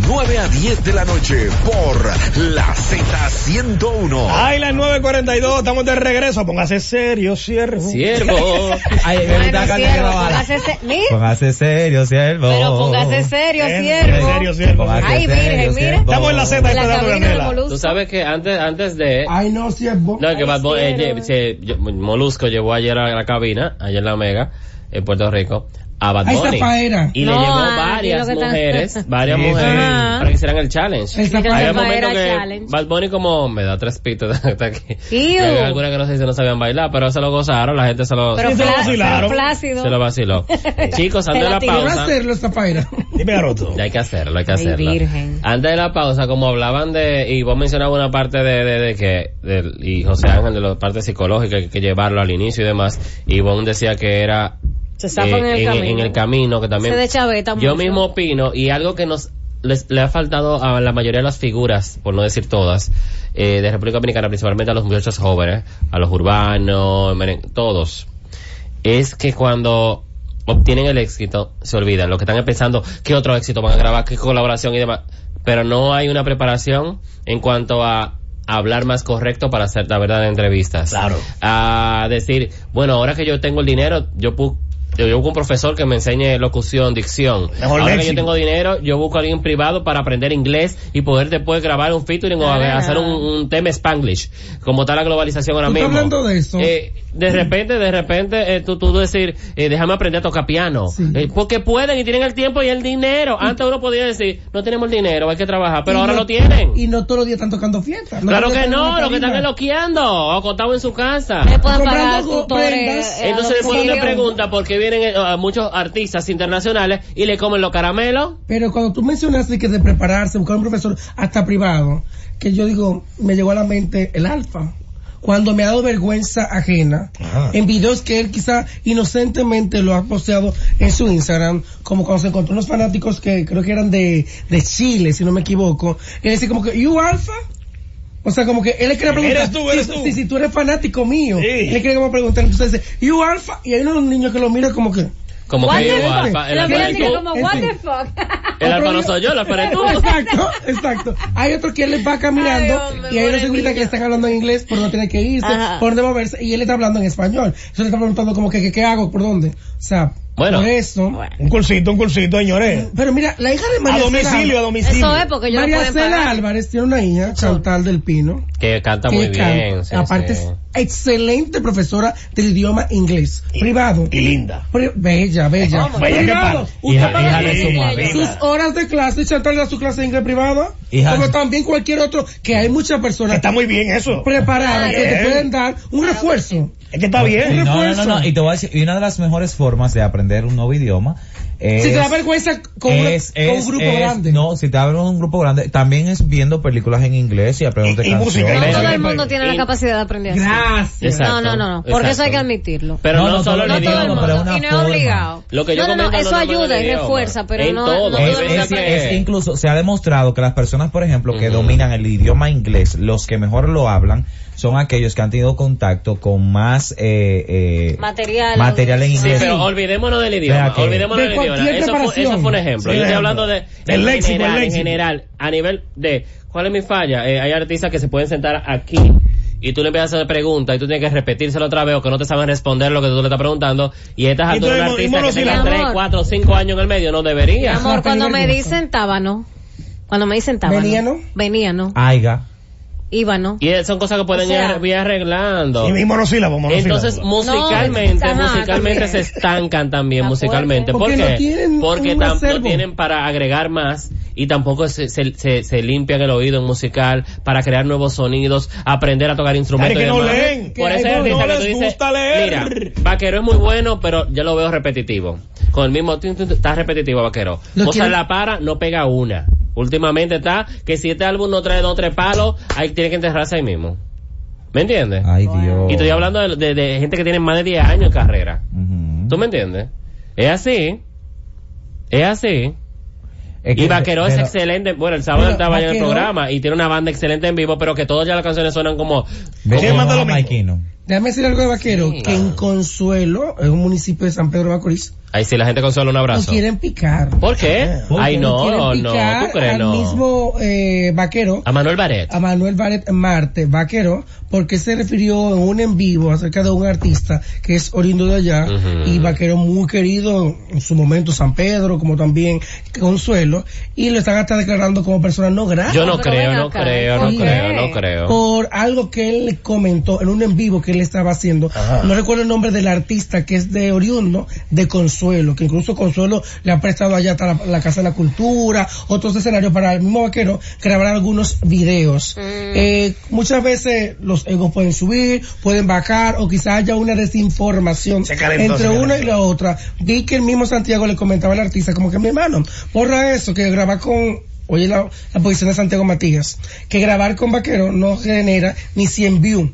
F: 9 a 10 de la noche por la Z101.
B: Ay, las 9.42, estamos de regreso. Póngase serio, cierre.
D: Siervo.
E: Ay, me
A: Bueno,
E: gusta cantar
A: siervo,
E: la bala.
A: póngase se- mira,
E: Póngase serio, siervo.
A: Pero póngase serio,
B: Ven,
A: siervo.
B: serio, siervo.
E: Póngase
A: Ay, virgen,
E: serio,
A: mira.
E: siervo.
B: Estamos en la Z,
A: En la
B: esto es Dando
A: cabina del
B: Candela.
A: Molusco.
D: Tú sabes que antes, antes de...
C: Ay, no, si es bo-
D: No, que Bad Bunny, eh,
A: cielo.
D: lle- se- yo- Molusco llevó ayer a la cabina, ayer en la Mega, en Puerto Rico, a Bad
C: Ay,
D: Bunny.
C: zafaera.
D: Y
A: No,
D: le llevó
A: ah,
D: varias
A: aquí lo que está-
D: mujeres, varias
B: Sí, sí.
D: mujeres,
A: Ajá.
D: para que hicieran el challenge.
C: El zapato.
D: Había
A: Zafaera
D: momentos que
A: challenge.
D: Bad Bunny como me da tres pitos hasta aquí.
A: Ew.
D: Había algunas que no sé si no sabían bailar, pero se lo gozaron, la gente se lo,
A: Pero
B: Sí, se lo
A: Pla-
B: vacilaron.
A: pero Plácido.
D: se lo vaciló. Chicos, antes
A: Te
D: de
A: la
D: la
A: tiró.
C: Quiero
D: pausa,
C: hacerlo, Zafaira.
B: Dime, Garoto.
D: ya hay que hacerlo, hay que
A: Ay,
D: hacerlo.
A: virgen.
D: Antes de la pausa, como hablaban de, y vos mencionabas una parte de, de, de que, del- y José Ángel, de la parte psicológica, que hay que llevarlo al inicio y demás, y vos decía que era
A: Se zafan
D: eh,
A: en el camino.
D: en el camino, que también...
A: Se deschaveta
D: Yo
A: mucho.
D: mismo opino, y algo que nos les- le ha faltado a la mayoría de las figuras, por no decir todas, eh, de República Dominicana, principalmente a los muchachos jóvenes, a los urbanos, meren- todos, es que cuando obtienen el éxito, se olvidan. Los que están pensando qué otro éxito van a grabar, qué colaboración y demás. Pero no hay una preparación en cuanto a hablar más correcto para hacer la verdad en entrevistas.
B: Claro.
D: A decir, bueno, ahora que yo tengo el dinero, yo pu- yo yo busco un profesor que me enseñe locución, dicción.
B: Mejor
D: Ahora que yo
B: léxico.
D: tengo dinero, yo busco a alguien privado para aprender inglés y poder después grabar un featuring o
A: Ah.
D: hacer un, un tema spanglish. Como está la globalización ahora
C: ¿Tú estás
D: mismo.
C: hablando de eso?
D: Eh, de repente, de repente, eh, tú, tú decir, eh, déjame aprender a tocar piano. Eh, porque pueden y tienen el tiempo y el dinero. Antes uno podía decir, no tenemos el dinero, hay que trabajar, pero
C: Y
D: ahora
C: no-
D: lo tienen.
C: Y no todos los días están tocando fiestas.
D: claro
C: todos los
D: que
C: días
D: no,
C: en
D: los que
C: tarima.
D: están loqueando o acostados en su casa.
A: Le pueden
C: Comprando
A: pagar
C: go-
A: tutores.
C: prendas.
A: eh, a
D: Entonces después
A: domicilio.
D: una pregunta por qué vienen eh, a muchos artistas internacionales y le comen los caramelos.
C: Pero cuando tú mencionaste que de prepararse, buscar un profesor hasta privado, que yo digo, me llegó a la mente el alfa. Cuando me ha dado vergüenza ajena,
E: Ah.
B: Ajá.
C: en videos que él quizá inocentemente lo ha posteado en su Instagram, como cuando se encontró unos fanáticos que creo que eran de, de Chile, si no me equivoco, él dice como que, ¿you alfa? O sea, como que él le quería preguntar
B: Eres tú, eres
C: si,
B: tú.
C: Si, si tú eres fanático mío.
B: Sí.
C: Él le quería como preguntar, entonces dice, ¿you alfa? Y hay unos niños que lo miran como que,
D: Como
A: What
D: que
A: the
D: el
A: fuck?
D: alfa, el
A: Lo
D: alfa
A: miran
D: eres
A: así
D: tú.
A: como,
C: En
A: what
C: fin.
A: the fuck?
D: El alfa no soy yo, el alfa eres tú.
C: Exacto, exacto. Hay otro que él les va caminando
A: Ay, hombre,
C: y hay unos
A: pobrecillo.
C: seguridad que están hablando en inglés por no tener que irse,
A: Ajá.
C: por dónde moverse, y él está hablando en español. Eso le está preguntando como que, que, ¿qué hago? ¿Por dónde? O sea,
D: Bueno.
C: por eso.
B: Un cursito, un cursito, señores.
C: Pero mira, la hija de
B: A
C: María
B: domicilio, a
C: Cela,
B: domicilio.
A: Pues Eso es porque yo no
C: María
A: pueden
C: Cela
A: pagar.
C: Álvarez tiene una hija, Chantal del Pino,
D: Que canta muy
C: que canta.
D: bien. sí,
C: Aparte
D: sí.
C: es excelente profesora del idioma inglés, privado.
B: Y linda.
C: Pri- bella, bella.
A: Vamos.
B: Bella que
C: privado.
B: par-
C: Usted
E: Hija-
C: paga
E: hija
C: el
E: de su
C: INGLES,
E: madre.
C: Sus horas de clase, Chantal da su clase de inglés privada.
E: Hija-
C: Como también cualquier otro, que hay muchas personas
B: Está muy bien eso.
C: preparadas que te
B: bien.
C: pueden dar un refuerzo.
B: Es que está
E: Y
B: bien.
E: no, no, no, no, y te voy a decir, y una de las mejores formas de aprender un nuevo idioma es...
C: si te da vergüenza con, una- con un grupo
E: es-
C: grande.
E: No, si te abren un grupo grande, también es viendo películas en inglés y aprendiendo
B: Y- y música,
A: No
E: canciones.
A: todo el mundo tiene la
D: Y-
A: capacidad de aprender. así.
C: Gracias.
D: Exacto,
A: No, no, no, no. Porque eso hay que admitirlo.
D: Pero no,
E: No, no,
D: solo
E: todo
D: el
A: no todo
D: idioma,
A: el
E: pero
A: mundo.
E: una
A: Y no es
E: forma.
A: obligado.
D: Lo que yo
A: no, no, no.
D: comento
A: Eso
D: no es solo
A: ayuda
D: el
A: y
D: idioma.
A: refuerza, pero
D: En
A: no,
D: todo.
A: no todo
E: Es,
A: el
D: Entonces,
E: es-
A: mundo
D: que-
E: es incluso, se ha demostrado que las personas, por ejemplo, que
D: Ujú.
E: dominan el idioma inglés, los que mejor lo hablan, son aquellos que han tenido contacto con más eh, eh,
A: Material.
E: material en
D: Sí,
E: inglés.
D: pero olvidémonos del idioma,
E: Vea que-
D: olvidémonos
C: De
D: del idioma.
C: cualquier
D: Eso fue,
C: preparación.
D: eso fue un ejemplo.
B: Sí,
D: Yo estoy
B: ejemplo.
D: hablando de,
B: El léxico,
D: en
B: el
D: general,
B: léxico.
D: en general, a nivel de cuál es mi falla. Eh, hay artistas que se pueden sentar aquí y tú le empiezas a hacer preguntas y tú tienes que repetírselo otra vez o que no te saben responder lo que tú le estás preguntando y estas
B: Y tú
D: alturas
B: eres
D: un
B: mo- y
D: artista que tenga
A: monosílabo.
D: 3, 4, 5 años en el medio no
A: Mi
D: debería.
A: amor, cuando me
C: vergüenza.
A: dicen tábano, cuando me dicen tábano,
C: Veníano. Ah.
A: veníano,
E: Aiga.
A: íbano,
D: Y son cosas que pueden
A: O sea,
D: ir ir arreglando.
B: Y y monosílabo, monosílabo.
D: Entonces, musicalmente,
A: pues, ajá,
D: musicalmente
A: también.
D: se estancan también,
A: Está
D: musicalmente. ¿Por
C: fuerte. Porque no
D: qué?
C: tienen
D: Porque
C: un
D: tam- no
C: acervo.
D: tienen para agregar más y tampoco se, se, se- se limpian el oído en musical para crear nuevos sonidos, aprender a tocar instrumentos.
B: Ay, que
D: y
B: no
D: demás.
B: leen, que
D: Por
B: ay,
D: eso
B: no,
D: es
B: no
D: que tú
B: les
D: dices,
B: gusta leer.
D: mira, Vaquero es muy bueno, pero yo lo veo repetitivo. Con el mismo, tin, tin, tin, está repetitivo Vaquero.
C: Lo
D: o sea,
C: quieren-
D: la para no pega una. Últimamente está que si este álbum no trae dos o tres palos, ahí tiene que enterrarse ahí mismo. ¿Me entiendes?
E: Ay, Dios.
D: Y estoy hablando de, de- de gente que tiene más de 10 años en carrera.
E: Ujú.
D: ¿Tú me entiendes? Es así. Es así.
E: Es que-
D: y Vaqueró es
E: pero-
D: excelente. Bueno, el sábado
C: Pero
D: estaba yo en el
C: Vaqueró-
D: programa y tiene una banda excelente en vivo, pero que todas ya las canciones sonan como.
E: Ve
B: ¿Quién
E: cómo
B: manda
E: va
B: lo mismo?
E: Maikino.
C: Déjame decir algo de Vaquero, que en Consuelo, es un municipio de San Pedro de Macorís,
D: Ahí sí, la gente con solo un
C: nos
D: abrazo.
C: quieren picar.
D: ¿Por qué?
C: Porque
D: Ay,
C: nos quieren
D: no, no,
C: picar
D: tú crees,
C: al
D: no. Ah.
C: mismo eh, Vaquero,
D: A Manuel Baret.
C: a Manuel Baret Marte, Vaquero, porque se refirió en un en vivo acerca de un artista que es oriundo de allá
D: Ujú.
C: y Vaquero muy querido en su momento San Pedro, como también Consuelo, y lo están hasta declarando como persona Ah, no grata.
D: Yo no
A: pero
D: creo,
A: ven
D: no
A: acá,
D: creo, no
C: ¿por
D: creo,
A: qué?
D: no creo.
C: por algo que él comentó en un en vivo que él estaba haciendo. No recuerdo el nombre del artista que es de oriundo de Consuelo, que incluso Consuelo le ha prestado allá hasta la, la Casa de la Cultura, otros escenarios para el mismo vaquero grabar algunos videos. Eh, muchas veces los egos pueden subir, pueden bajar o quizás haya una desinformación
B: Se calentó,
C: entre
B: se calentó.
C: una y la otra. Vi que el mismo Santiago le comentaba al artista como que mi hermano, borra eso, que grabar con Oye la, la posición de Santiago Matías, que grabar con Vaquero no genera ni 100 views.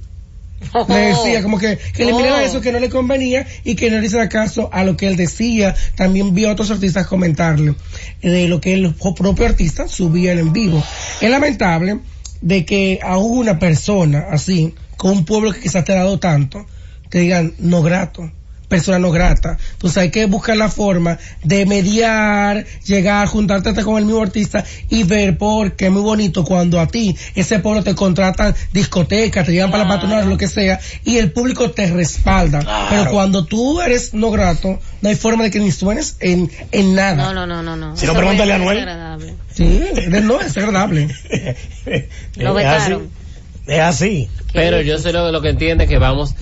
C: Le decía como que, que le miraba
A: Oh.
C: eso que no le convenía y que no le hiciera caso a lo que él decía. También vi a otros artistas comentarle de lo que el jo- propio artista subía en vivo. Es lamentable de que a una persona así, con un pueblo que quizás te ha dado tanto, te digan no grato persona no grata. Entonces hay que buscar la forma de mediar, llegar, juntarte hasta con el mismo artista y ver porque es muy bonito cuando a ti, ese pueblo te contratan discotecas, te llevan para la patronal, lo que sea, y el público te respalda. Pero cuando tú eres no grato, no hay forma de que ni suenes en, en
A: No,
C: nada.
A: no, no, no, no.
B: Si no,
A: Eso fue
B: pregúntale a Anuel.
A: desagradable.
C: Sí, de- no es agradable.
A: Lo
B: es así.
A: vetaron.
B: Es así.
D: Pero yo sé lo, lo que entiende que vamos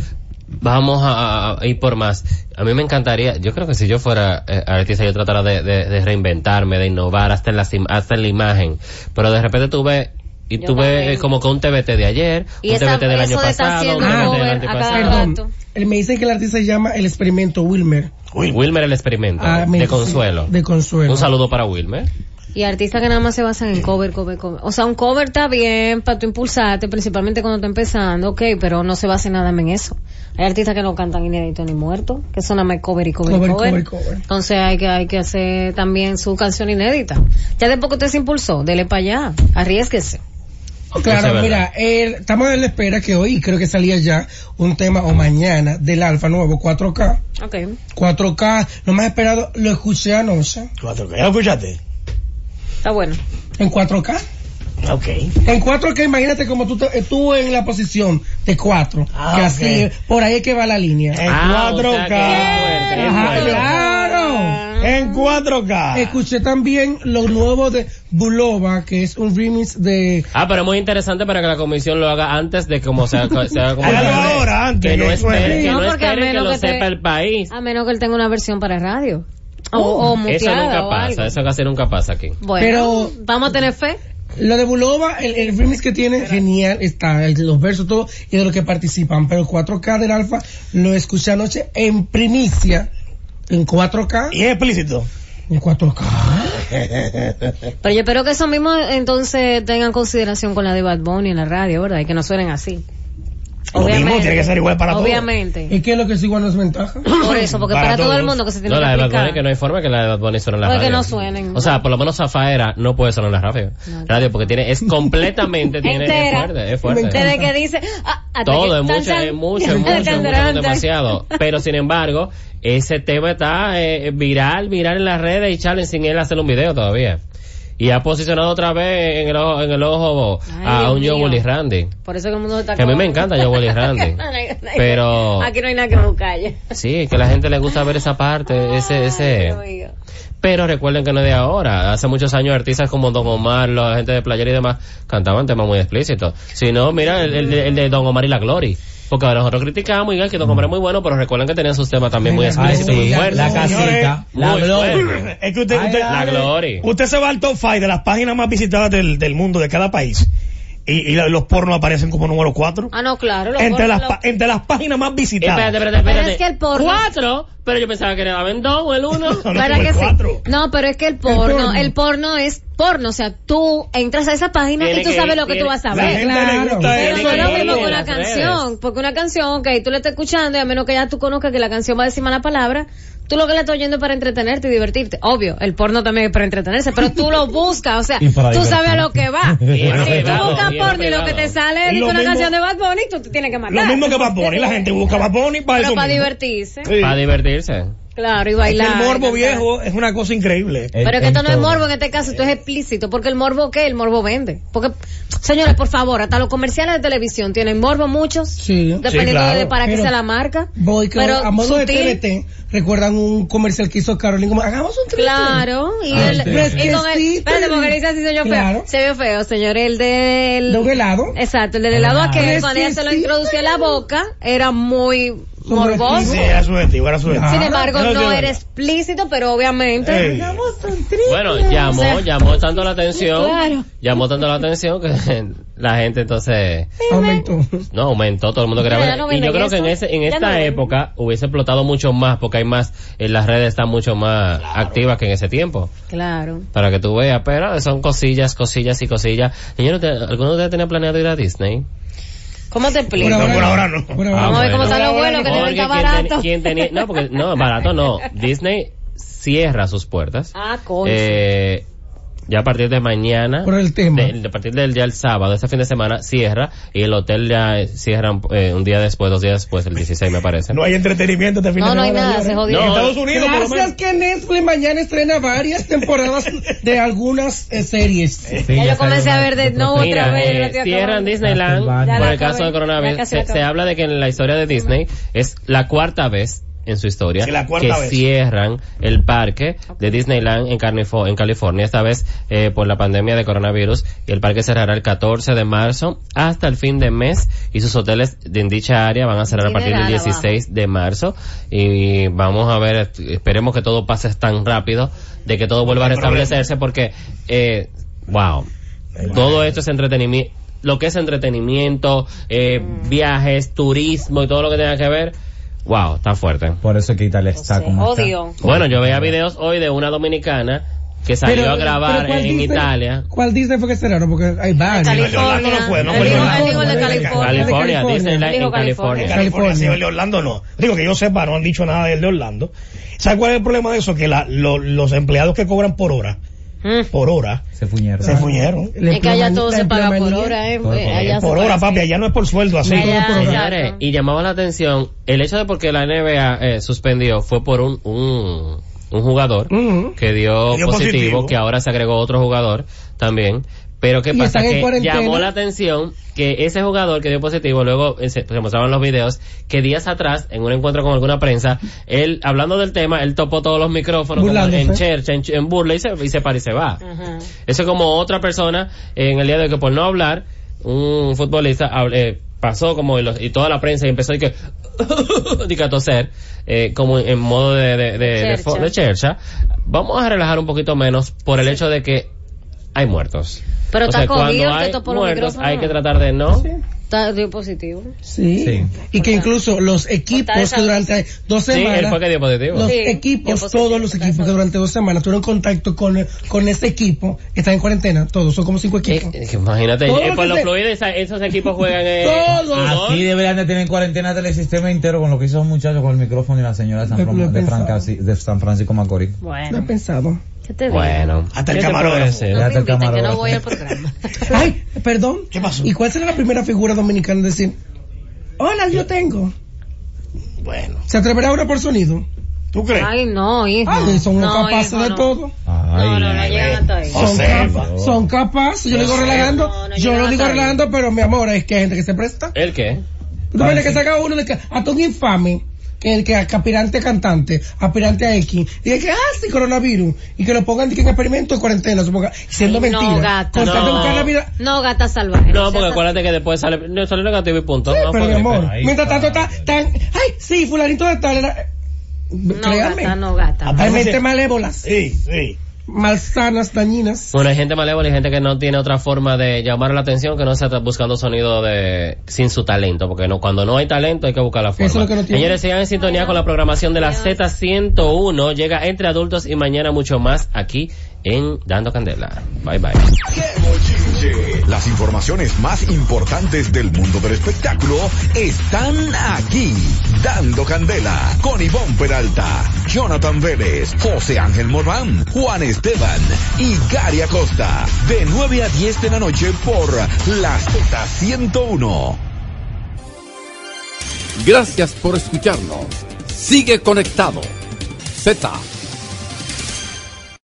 D: vamos a, a- a ir por más. A mí me encantaría, yo creo que si yo fuera eh, artista yo tratara de, de- de reinventarme, de innovar hasta en la sim- hasta en la imagen, pero de repente tuve y
A: Yo
D: tuve
A: también.
D: eh, como que un TBT de ayer,
A: Y
D: un
A: esa-
D: TBT del
A: eso
D: año
A: de estar
D: pasado, un
A: haciendo
D: TBT del
A: cover
D: año
A: a cada
D: pasado.
C: Perdón.
A: Exacto.
C: Él Eh, me dice que el artista se llama El Experimento Wilmer.
B: Uy,
D: Ah, Wilmer el experimento
C: Ah, me-
D: de Consuelo.
C: De Consuelo.
D: Un saludo para Wilmer.
A: Y artistas que nada más se basan en cover, cover, cover. O sea, un cover está bien para tú impulsarte, principalmente cuando está empezando, ok, pero no se basa nada más en eso. Hay artistas que no cantan inédito ni muerto, que son nada más cover y cover, y
C: Cover,
A: cover.
C: cover, cover.
A: Entonces hay que, hay que hacer también su canción inédita. Ya de poco usted se impulsó, dele para allá, arriesguese.
D: Eso es
C: Claro,
D: verdad.
C: mira, eh, estamos en la espera que hoy creo que salía ya un tema o mañana del Alfa Nuevo 4K.
A: Ok.
C: 4K, lo más esperado, lo escuché anoche.
B: cuatro, ¿ya lo escuchaste?
A: Está bueno.
C: En 4K.
B: Ok.
C: En 4K, imagínate como tú, te- eh, tú en la posición de 4.
B: Ah,
C: que
B: ok.
C: así, por ahí es que va la línea.
B: En
D: Ah, o sea que
B: 4K.
D: es fuerte, es
C: Ajá,
D: fuerte.
C: claro.
B: En 4K.
C: Escuché también lo nuevo de Bulova, que es un remix de
D: Ah, pero es muy interesante para que la comisión lo haga antes de como sea, sea como
B: Hágalo ahora, antes
D: que no
B: que
D: espere,
B: suene.
D: que no,
A: No, porque a
D: espere que
A: menos
D: lo
A: que te-
D: sepa el país.
A: A menos que él tenga una versión para radio. O, o
D: Oh, Eso
A: muteada
D: nunca
A: o
D: pasa,
A: algo.
D: eso casi nunca pasa aquí.
A: Bueno,
C: Pero-
A: vamos a tener fe.
C: Lo de Bulova, el, el remix que tiene, genial, está, el de los versos, todo, y de los que participan. Pero el 4K del Alfa, lo escuché anoche en primicia, en 4K,
B: Y es explícito.
C: en 4K.
A: Pero yo espero que eso mismo entonces tengan consideración con la de Bad Bunny en la radio, ¿verdad? Y que no suenen así.
B: Lo mismo, tiene que ser igual para todos.
A: Obviamente.
C: ¿Y qué es lo que sigo no es ventaja?
A: Por eso, porque
B: Para
A: para, todo el
B: todos.
A: mundo que se tiene
D: No, la
A: que
D: de Bad Bunny
A: aplicar.
D: que no hay forma que la de Bad Bunny suene en la
A: Porque
D: radio.
A: no suenen.
D: O sea, por lo menos Zafaera no puede sonar en la radio.
A: No.
D: Radio porque tiene, es completamente, tiene, es
A: Entera.
D: fuerte, es fuerte.
A: Desde que dice... ah, hasta
D: Todo,
A: que tan,
D: es mucho,
A: tan,
D: es mucho, es
A: tan,
D: mucho, es
A: tan,
D: mucho,
A: tan,
D: es demasiado. Pero sin embargo, ese tema está eh, viral, viral en las redes y Charlie sin él hacer un video todavía. Y ha posicionado otra vez en el ojo, en el ojo
A: Ay,
D: a
A: Dios
D: un Joe
A: mío.
D: Willis Randy.
A: Por eso que el mundo está...
D: Que a mí me
A: como-
D: encanta Joe Willis Randy. Pero-
A: Aquí no hay nada que buscar ya.
D: Sí, que a la gente le gusta ver esa parte, ese, ese.
A: Ay, Dios mío.
D: Pero recuerden que no es de ahora. Hace muchos años artistas como Don Omar, la gente de Player y demás, cantaban temas muy explícitos. Si no, mira el, el de- el de Don Omar y la Glory. Porque ahora nosotros criticamos y ay, que Don Omar es muy bueno, pero recuerden que tenían sus temas también muy explícitos, muy
E: la,
D: fuertes.
E: la casita,
B: Señores,
E: la
D: muy
E: blog.
D: fuerte.
B: Es que usted,
E: Ay,
B: usted,
D: La Glory.
B: usted se va al top 5 de las páginas más visitadas del, del mundo, de cada país. Y, y la- los pornos aparecen como número 4.
A: Ah, no, claro. lo- lo-
B: Entre las, pa- entre las páginas más
D: Espérate,
B: visitadas.
D: espérate, espérate.
A: Pero es que el porno-
D: Cuatro, pero yo pensaba que era en dos o el uno.
B: No, no,
A: ¿Verdad
B: como
A: que
B: el
A: sí?
B: cuatro.
A: No, pero es que el porno, el porno, es porno, o sea, tú entras a esa página
D: Tiene
A: y tú
D: que-
A: sabes lo que
D: tiene-
A: tú vas a
B: La
A: ver.
B: gente le
C: claro.
B: gusta
A: Pero
B: eso.
A: no es lo
D: Sí,
A: mismo con una
D: las redes.
A: canción, porque una canción, ok, tú la estás escuchando y a menos que ya tú conozcas que la canción va a decir mala palabra, Tú lo que le estás oyendo es para entretenerte y divertirte. Obvio, el porno también es para entretenerse, pero tú lo buscas, o sea,
E: Y para
A: tú
E: divertirte.
A: sabes a lo que va.
D: Bien
A: si tú
D: pegado,
A: buscas
D: bien
A: porno y lo
D: pegado.
A: que te sale
B: Es
A: es
B: pues, lo
A: una
B: mismo-
A: canción de Bad Bunny, tú te tienes que
B: Lo
A: matar.
B: mismo que Bad Bunny, la gente busca Bad Bunny para
A: Pero
B: eso
A: para
B: mismo.
A: divertirse,
B: Sí.
D: Para divertirse.
A: claro, y
B: Es que
A: bailar.
B: el morbo
A: cantar.
B: viejo es una cosa increíble.
E: Eh,
A: Pero es que esto no es
E: entonces-
A: morbo en este caso, esto es explícito, porque el morbo qué, el morbo vende. Porque, señores, por favor, hasta los comerciales de televisión tienen morbo muchos,
C: Sí.
A: dependiendo
B: Sí, claro.
A: de para qué
C: Pero-
A: sea la marca.
C: Voy, que
A: pero
C: a modo
A: sutil,
C: de TNT, recuerdan un comercial que hizo Carolina, como, hagamos un TNT.
A: Claro, y,
E: Ah,
A: el,
E: sí.
A: y con el,
C: Fresquecito.
A: espérate, porque le dice así, soy yo feo.
C: Claro.
A: Se vio feo, señor, el del...
C: De un helado. ah,
A: Exacto, el del helado aquel,
C: Fresquecito.
A: cuando ella se lo introducía en la boca, era muy morboso.
C: Subjetivo.
B: Sí, era subjetivo, era subjetivo.
A: Sin
C: Ah,
A: embargo,
B: no,
A: no
B: sí,
A: era
B: bueno.
A: explícito, pero obviamente...
B: Ey.
D: Bueno,
A: O
D: llamó,
A: sea,
D: llamó tanto la atención.
A: Claro.
D: Llamó tanto la atención que la gente entonces
C: Aumentó.
D: no aumentó, todo el mundo quería
A: Ya
D: ver.
A: no
D: y
A: venden
D: yo creo que
A: eso.
D: en ese, en
A: Ya
D: esta
A: no venden.
D: época hubiese explotado mucho más porque hay más, en las redes están mucho más activas que en ese tiempo.
A: Claro.
D: Para que tú veas, pero son cosillas, cosillas y cosillas. Señores, ¿te- ¿alguno de ustedes tenía planeado ir a Disney?
A: ¿Cómo te explico?
B: No, por ahora no.
C: Por ahora.
D: Ah,
A: Vamos a ver
D: bueno.
A: cómo están los vuelos, que no
D: Porque
A: está
D: ¿quién
A: barato.
D: teni- quién tenía- no, porque, no, barato no. Disney cierra sus puertas.
A: Ah, coño.
D: Eh, ya a partir de mañana.
C: Por el tema.
D: de- de- a partir del día el sábado, este fin de semana, cierra. Y el hotel ya eh, cierra eh, un día después, dos días después, el 16 me parece.
B: No hay entretenimiento este fin
A: No,
B: de
A: no hay
B: semana,
A: nada,
B: señores.
A: se jodió.
B: En
D: No.
B: Estados Unidos, por lo
C: Gracias
B: menos.
C: que Netflix mañana estrena varias temporadas de algunas eh, series.
E: Sí,
A: ya yo
E: salió
A: comencé a
E: una-
A: ver de
E: otra-
A: nuevo otra
D: Mira,
A: vez. yo la
D: eh,
A: estoy
D: cierran
A: acabando.
D: Disneyland
E: Ya la
D: por el
A: acabé,
D: caso de
A: ya
D: coronavirus.
A: casi
D: Se,
A: la
D: se
A: acabé.
D: habla de que en la historia de Disney es la cuarta vez en su historia
B: Sí, la
D: que
B: cuarta vez.
D: cierran el parque de Disneyland en, Carnifo- en California, esta vez eh, por la pandemia de coronavirus, y el parque cerrará el 14 de marzo hasta el fin de mes, y sus hoteles de- en dicha área van a cerrar a partir del
A: Dineral abajo.
D: 16 de marzo, y vamos a ver, esperemos que todo pase tan rápido, de que todo vuelva a restablecerse, porque, eh, wow, todo esto es entretenimiento, lo que es entretenimiento, eh, viajes, turismo y todo lo que tenga que ver, wow, está fuerte.
E: Por eso que Italia está
A: Sí,
E: como está.
A: Odio.
D: Bueno, yo veía videos hoy de una dominicana que salió a grabar
C: pero ¿cuál
D: en
C: Disney-
D: Italia.
C: ¿Cuál Disney fue que cerraron? Porque hay
D: Ah,
B: Orlando
C: varios.
A: California.
B: no fue, no
D: pues,
A: Él
B: fue
A: dijo-
B: Orlando.
A: él dijo el de
B: Fue
A: California.
B: de
D: California,
C: California.
D: Disneyland
A: Dijo California.
D: en
B: California,
D: California.
B: sí,
C: California.
B: el de Orlando no. Digo que yo sepa, no han dicho nada del de Orlando. ¿Sabes cuál es el problema de eso? Que la- lo- los empleados que cobran por hora,
A: Mm.
B: por hora,
E: Se fuñeron.
B: se fuñeron.
C: La
A: Es que allá todo
C: empleomanía-
A: se
C: la
A: paga por
C: empleomanía.
A: hora, eh.
E: Todo por
A: eh,
E: hora.
A: allá se
B: Por hora,
A: paga
B: papi,
A: así.
B: allá no es por sueldo, así.
A: Allá,
B: todo por hora.
A: exacto.
D: Señores, y llamaba la atención el hecho de porque la NBA eh, suspendió fue por un, un, un jugador
C: Ujú.
D: que dio,
B: Dio
D: positivo,
B: positivo.
D: que ahora se agregó otro jugador también. Pero qué
C: Y
D: pasa
C: están en
D: que
C: cuarentena.
D: llamó la atención que ese jugador que dio positivo, luego eh, se, se mostraban los videos, que días atrás, en un encuentro con alguna prensa, él, hablando del tema, él topó todos los micrófonos como en
C: Burlándose.
D: chercha, en, en burla y se, y se para y se va.
A: Ajá.
D: Eso es como otra persona eh, en el día de hoy que por no hablar, un futbolista hab- eh, pasó como y, los- y toda la prensa y empezó y que, y que a toser, eh, como en modo de, de, de, de fo-
A: Chercha.
D: de chercha. Vamos a relajar un poquito menos por el hecho de que hay muertos.
A: Pero
D: o
A: está
D: sea, cuando
A: cogido el que
D: hay
A: topó los
D: muertos hay
A: micrófonos.
D: que tratar de no.
A: Está- dio positivo.
C: Sí.
E: Sí.
C: Y que incluso los equipos que durante dos
D: Sí, él
C: semanas.
D: fue que dio positivo.
C: Los
A: Sí, dio
C: equipos,
A: positivo,
C: todos los
A: está
C: equipos que
A: eso.
C: durante dos semanas tuvieron contacto con, con ese equipo, están en cuarentena, todos, son como cinco
D: Eh,
C: equipos.
D: eh, imagínate,
C: Todo
D: eh,
C: lo
D: por
C: que
D: los
C: se-
D: fluidos esa- esos equipos juegan eh,
C: Todos.
D: fútbol.
E: Aquí deberían de tener cuarentena del sistema entero con lo que hizo un muchacho con el micrófono y la señora de San,
C: Lo he
E: Fran- de
C: pensado.
E: Franca- de San Francisco Macorís.
C: No he
A: Bueno.
C: pensado.
A: ¿Qué te digo?
D: Bueno,
B: Hasta el
D: ¿qué te puedo
B: camarógrafo.
D: decir?
A: No me
E: Hasta el
A: invitan, yo
E: camarógrafo.
A: no voy al programa.
C: Ay, perdón.
B: ¿Qué pasó?
C: ¿Y cuál será la primera figura dominicana en decir, hola, yo tengo?
B: Bueno,
C: ¿Se atreverá ahora por sonido?
B: ¿tú crees?
A: Ay, no, hijo.
C: Ah, son
A: no,
C: capaces
A: hijo,
C: de
A: no.
C: todo.
A: No, no, no
E: Ay,
A: llegan hasta ahí.
B: No
C: Son,
B: sé,
C: capa-
B: no.
C: son capaces, yo lo digo relajando,
A: No, no
C: yo
A: llega
C: lo digo
A: hasta ahí.
C: relajando, pero mi amor, es que hay gente que se presta.
D: ¿El qué?
C: Tú ves que saca uno de que, hasta un infame, que el que, que aspirante a cantante, aspirante a X, y de que, ah, sí, coronavirus, y que lo pongan de que en experimento de cuarentena, supongo, siendo
A: No,
C: mentira.
A: gata.
C: Contando un
A: No,
C: coronavirus.
A: no gata salvaje.
D: No, porque
A: seas así.
D: acuérdate que después sale, no, sale negativo y punto. no
C: pero
D: fue
C: mi amor,
D: gripe.
E: ahí
C: mientras
E: está.
C: tanto está, tan, ay, sí, fulanito de tal, era,
A: No,
C: créanme,
A: gata, no, gata.
B: Ah,
C: hay
B: Entonces-
C: mentes malévolas,
B: Sí, sí.
C: malsanas, dañinas.
D: Bueno, hay gente malévola y gente que no tiene otra forma de llamar la atención que no sea tra- buscando sonido de sin su talento, porque no cuando no hay talento hay que buscar la forma.
C: es lo que no tiene.
D: Señores, sigan en sintonía con la programación de la Z101, llega entre adultos y mañana mucho más aquí en Dando Candela. Bye bye.
F: Las informaciones más importantes del mundo del espectáculo están aquí. Dando Candela con Ivonne Peralta, Jonathan Vélez, José Ángel Morán, Juan Esteban y Gary Acosta. De 9 a 10 de la noche por la Z101.
H: Gracias por escucharnos. Sigue conectado. Z